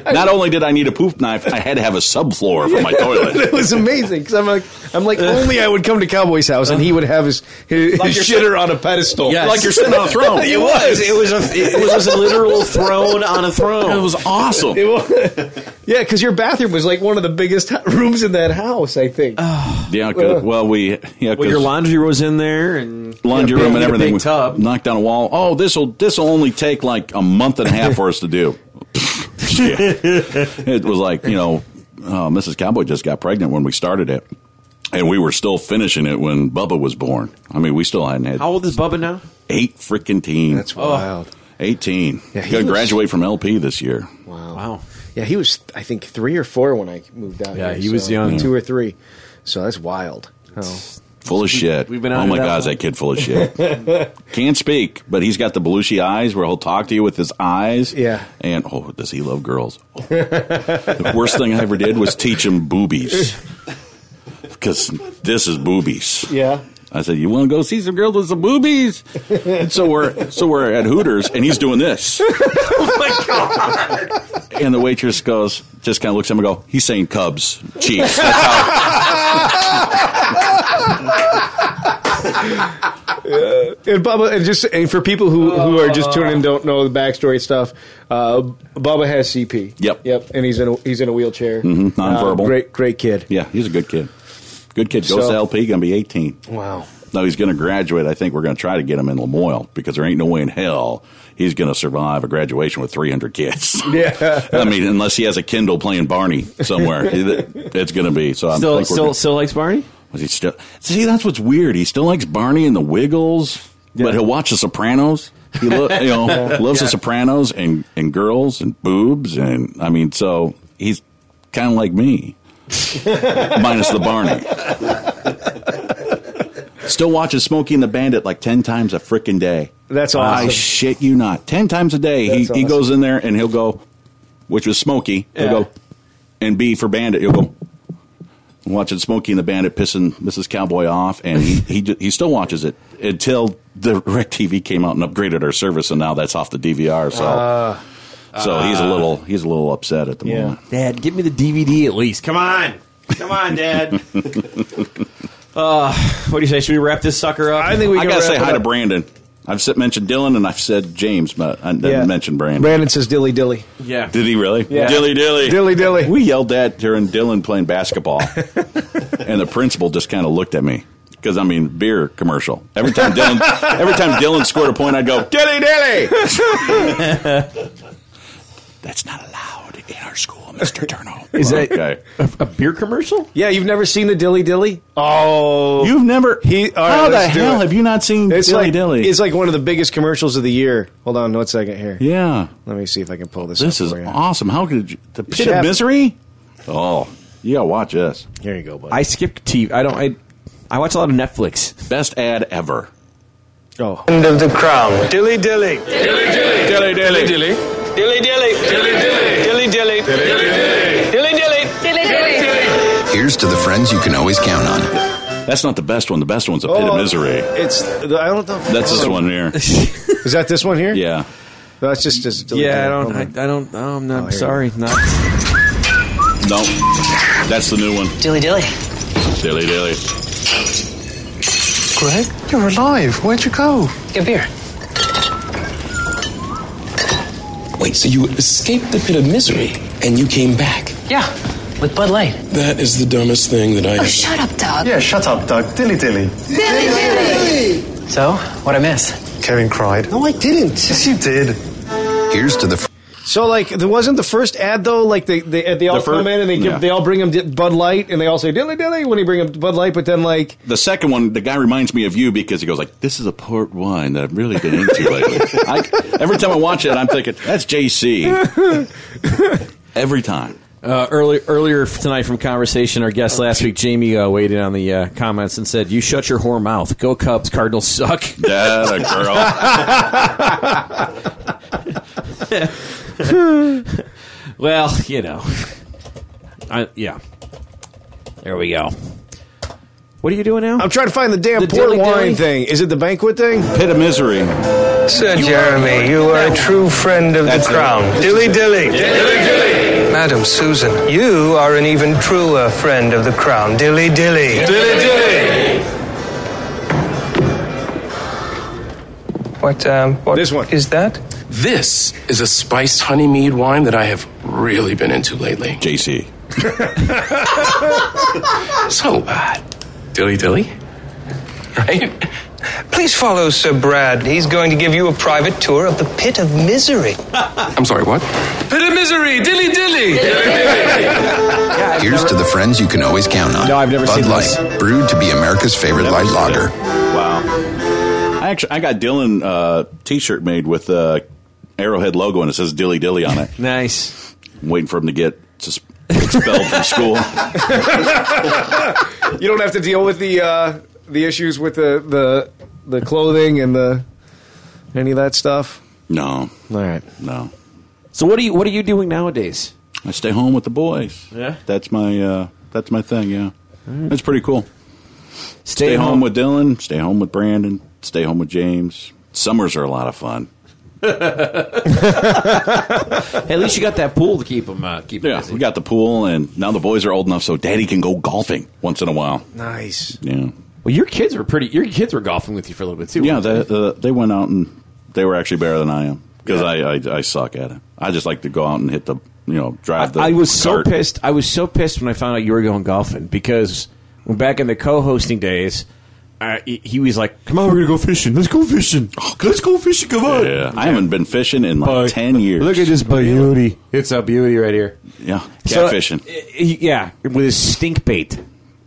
Not only did I need a poop knife, I had to have a subfloor for my toilet. it was amazing because I'm like, I'm like, Uh. only I would come to Cowboy's house and he would have his his, Like his you're shitter on a pedestal, Yes. Like you're sitting on a throne. it was. It was a. It was a literal throne on a throne. It was awesome. It was. Yeah, because your bathroom was like one of the biggest ho- rooms in that house. I think. Oh. Yeah, 'cause- well, we yeah, Well, your 'cause laundry was in there and laundry room and Yeah, big everything. We tub. knocked down a wall. Oh, this will this will only take like a month and a half for us to do. it was like you know, uh, Mrs. Cowboy just got pregnant when we started it, and we were still finishing it when Bubba was born. I mean, we still hadn't had How old is Bubba now? eight freaking teens. That's wild. Eighteen. Yeah, Got he to was- graduate from LP this year. Wow. Yeah, he was, I think, three or four when I moved out. Yeah, here, he was so- young. Two or three. So that's wild. Oh. Full of shit. we've been oh on my it all. God, is that kid full of shit? Can't speak, but he's got the Belushi eyes where he'll talk to you with his eyes. Yeah. And oh, does he love girls? Oh. the worst thing I ever did was teach him boobies because this is boobies. yeah. I said, "You want to go see some girls with some boobies?" And so we're so we're at Hooters, and he's doing this. Oh And the waitress goes, just kind of looks at him and go, "He's saying Cubs, Chiefs." That's Uh, And Bubba, and just and for people who, who are just tuning in, don't know the backstory stuff. Uh, Bubba has CP. Yep. Yep. And he's in a, he's in a wheelchair. Mhm, nonverbal. Uh, great great kid. Yeah, he's a good kid. Good kid. Goes So- to LP, going to be 18. Wow. No, he's going to graduate. I think we're going to try to get him in Lamoille because there ain't no way in hell he's going to survive a graduation with 300 kids. Yeah. I mean, unless he has a Kindle playing Barney somewhere, it's going to be. So I'm Still- think we're still- gonna- still likes Barney. Was he still? See, that's what's weird. He still likes Barney and the Wiggles, but he'll watch The Sopranos. He lo- you know Yeah. loves The Yeah. Sopranos and and girls and boobs and I mean, so he's kind of like me, minus the Barney. Still watches Smokey and the Bandit like ten times a freaking day. That's I awesome. shit you not, ten times a day. He, That's he goes awesome. in there and he'll go, which was Smokey. He'll Yeah. go and B for Bandit. He'll go watching Smokey and the Bandit pissing Mrs. Cowboy off, and he he, ju- he still watches it until the Rec TV came out and upgraded our service, and now that's off the DVR. So Ah. so he's a little he's a little upset at the moment. Dad, give me the DVD at least. Come on, come on, Dad. uh, what do you say? Should we wrap this sucker up? I think I gotta say hi to Brandon. I've said, mentioned Dylan and I've said James, but I didn't Yeah. mention Brandon. Brandon says dilly dilly. Yeah. Did he really? Yeah. Dilly dilly. Dilly dilly. We yelled that during Dylan playing basketball. and the principal just kind of looked at me. Because I mean, beer commercial. Every time Dylan, every time Dylan scored a point, I'd go dilly dilly. That's not allowed in our school, Mister Turno. Is that- okay? a beer commercial? Yeah, you've never seen the dilly dilly? Oh, you've never. He, all How the let's do hell it. have you not seen It's Dilly like, Dilly? It's like one of the biggest commercials of the year. Hold on, one second here. Yeah, let me see if I can pull this. This up is for you. awesome. How could you, the pit Chef. of misery? Oh, yeah. Watch this. Here you go, bud. I skipped TV. I don't. I I watch a lot of Netflix. Best ad ever. Oh, end of the crown. Dilly dilly. Dilly dilly. Dilly dilly. Dilly dilly. Dilly dilly. Dilly dilly. Dilly dilly. Dilly dilly. Dilly dilly. Here's to the friends you can always count on. That's not the best one. The best one's a pit of Oh, misery. It's I don't know. if- That's this one here. Is that this one here? Yeah. That's just just. Dilly Yeah, I Dilly. don't. Hold I, on. I don't. Oh, I'm not. sorry, not. No, that's the new one. Dilly dilly. Dilly dilly. Greg, you're alive. Where'd you go? Get beer. Wait, so you escaped the pit of misery and you came back? Yeah, with Bud Light. That is the dumbest thing that I have. shut up, Doug. yeah, shut up, Doug. Dilly dilly. Dilly dilly. So, what I miss? Karen cried. No, I didn't. Yes, you did. Here's to the fr- So like, there wasn't the first ad though. Like they they, they all The fir- come in and they give, yeah. they all bring him di- Bud Light and they all say dilly dilly when he bring him Bud Light, but then like The second one, the guy reminds me of you because he goes like, "This is a port wine that I've really been into lately." I, every time I watch it, I'm thinking, "That's JC." Every time. Uh, earlier, earlier tonight from conversation, our guest last week, Jamie, uh, weighed in on the uh, comments and said, "You shut your whore mouth. Go Cubs. Cardinals suck." That a girl. well, you know, I, yeah. There we go. What are you doing now? I'm trying to find the damn The port dilly wine dilly? thing. Is it the banquet thing? Pit of misery. Sir Jeremy, you are a true friend of the crown. Dilly dilly. Dilly dilly. Madam Susan, you are an even truer friend of the crown. Dilly dilly. Dilly dilly. What, um, what this one. is that? This is a spiced honey mead wine that I have really been into lately. JC. So bad. Dilly dilly. Right? Please follow Sir Brad. He's going to give you a private tour of the pit of misery. I'm sorry, what? Pit of misery. Dilly dilly. Here's to the friends you can always count on. No, I've never Bud seen Light, this. brewed to be America's favorite light lager. Wow. I actually I got Dylan uh, t-shirt made with the Arrowhead logo and it says Dilly Dilly on it. nice. I'm waiting for him to get sus- expelled from school. you don't have to deal with the uh, the issues with the, the the clothing and the any of that stuff. No. All right. No. So what are you what are you doing nowadays? I stay home with the boys. Yeah. Mm. That's my uh, that's my thing. Yeah, that's pretty cool. Stay, home. home. with Dylan. Stay home with Brandon. Stay home with James. Summers are a lot of fun. Hey, at least you got that pool to keep them uh, keep 'em Yeah, busy. we got the pool, and now the boys are old enough, so Daddy can go golfing once in a while. Nice. Yeah, Well, your kids were pretty. Your kids were golfing with you for a little bit too. yeah. weren't They, uh, they went out and they were actually better than I am because I, I I suck at it. I just like to go out and hit the you know drive the. I was cart. so pissed. I was so pissed when I found out you were going golfing because when back in the co-hosting days, I, he was like, "Come on, we're gonna go fishing. Let's go fishing. Let's go fishing. Come on." Yeah, I haven't been fishing in like ten years. Look at this beauty. It's a beauty right here. Yeah, So, catfishing. uh, yeah, with his stink bait.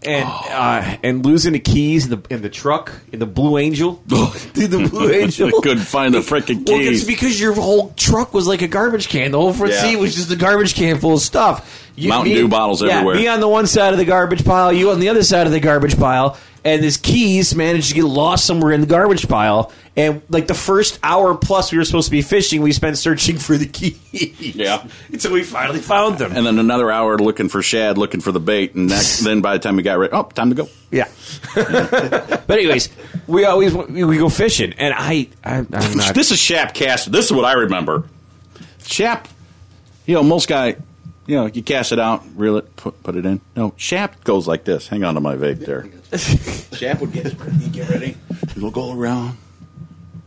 And uh, and losing the keys in the in the truck in the Blue Angel, dude, the Blue Angel couldn't find the freaking Well, it's keys. because your whole truck was like a garbage can. The whole front Yeah. seat was just a garbage can full of stuff. Mountain Dew bottles yeah, everywhere. Me on the one side of the garbage pile, you on the other side of the garbage pile, and his keys managed to get lost somewhere in the garbage pile. And like the first hour plus we were supposed to be fishing, we spent searching for the keys. Yeah. Until we finally found them. and then another hour looking for shad, looking for the bait, and next, then by the time we got ready, oh, time to go. Yeah. but anyways, we always we we go fishing, and I, I I'm not. this is Shap cast. This is what I remember. Shap, you know, most guy, you know, you cast it out, reel it, put, put it in. No, Shap goes like this. Hang on to my vape there. Shap would get he'd get ready. He'll go around,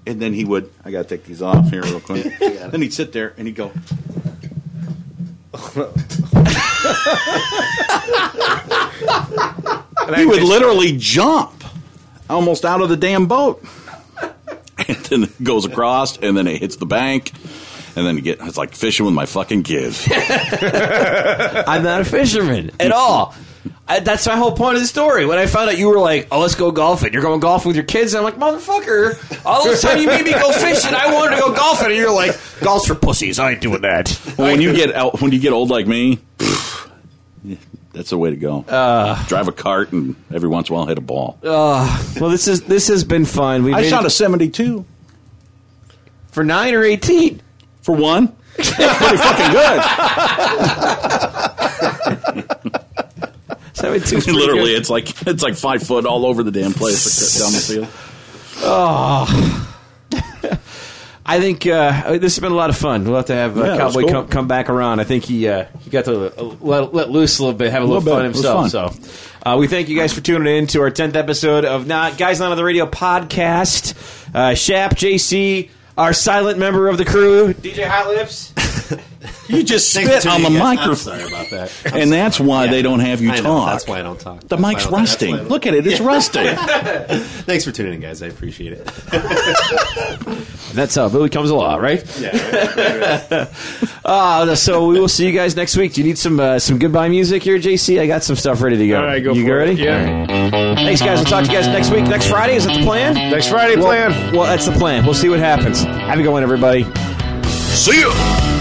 and then he would. I gotta take these off here real quick. then he'd sit there and he'd go. he would literally jump almost out of the damn boat. and then it goes across, and then it hits the bank, and then you get it's like fishing with my fucking kids. I'm not a fisherman at all. I, that's my whole point of the story. When I found out you were like, "Oh, let's go golfing," you're going golfing with your kids, and I'm like, "Motherfucker!" All this time you made me go fishing. I wanted to go golfing, and you're like, "Golf's for pussies. I ain't doing that." Well, when you get out, when you get old like me, pff, that's the way to go. Drive a cart and every once in a while hit a ball. Uh, well, this is this has been fun. We've I been- shot a 72 for nine or eighteen for one. Pretty fucking good. Seventy-two. Literally, it's like it's like five foot all over the damn place down the field. Oh. I think uh, this has been a lot of fun. We'll have to have uh, Yeah, it was Cowboy cool. come, come back around. I think he uh, he got to uh, let, let loose a little bit, have a A little, little fun bit. It was himself. So uh, we thank you guys for tuning in to our tenth episode of Not Guys Not on the Radio podcast. Uh, Shap JC, our silent member of the crew, DJ Hot Lips. You just spit on the microphone. about that. And that's why they don't have you I know, talk. that's why I don't talk. The mic's rusting. Look at it; it's rusting. Thanks for tuning in, guys. I appreciate it. That's how Billy comes along, right? Yeah. right, right, right. Uh, so we will see you guys next week. Do you need some uh, some goodbye music here, JC? I got some stuff ready to go. All right, go you for ready? it. Yeah. All right. Thanks, guys. We'll talk to you guys next week. Next Friday is that the plan? Next Friday plan. Well, that's the plan. We'll see what happens. Have a good one, everybody. See you.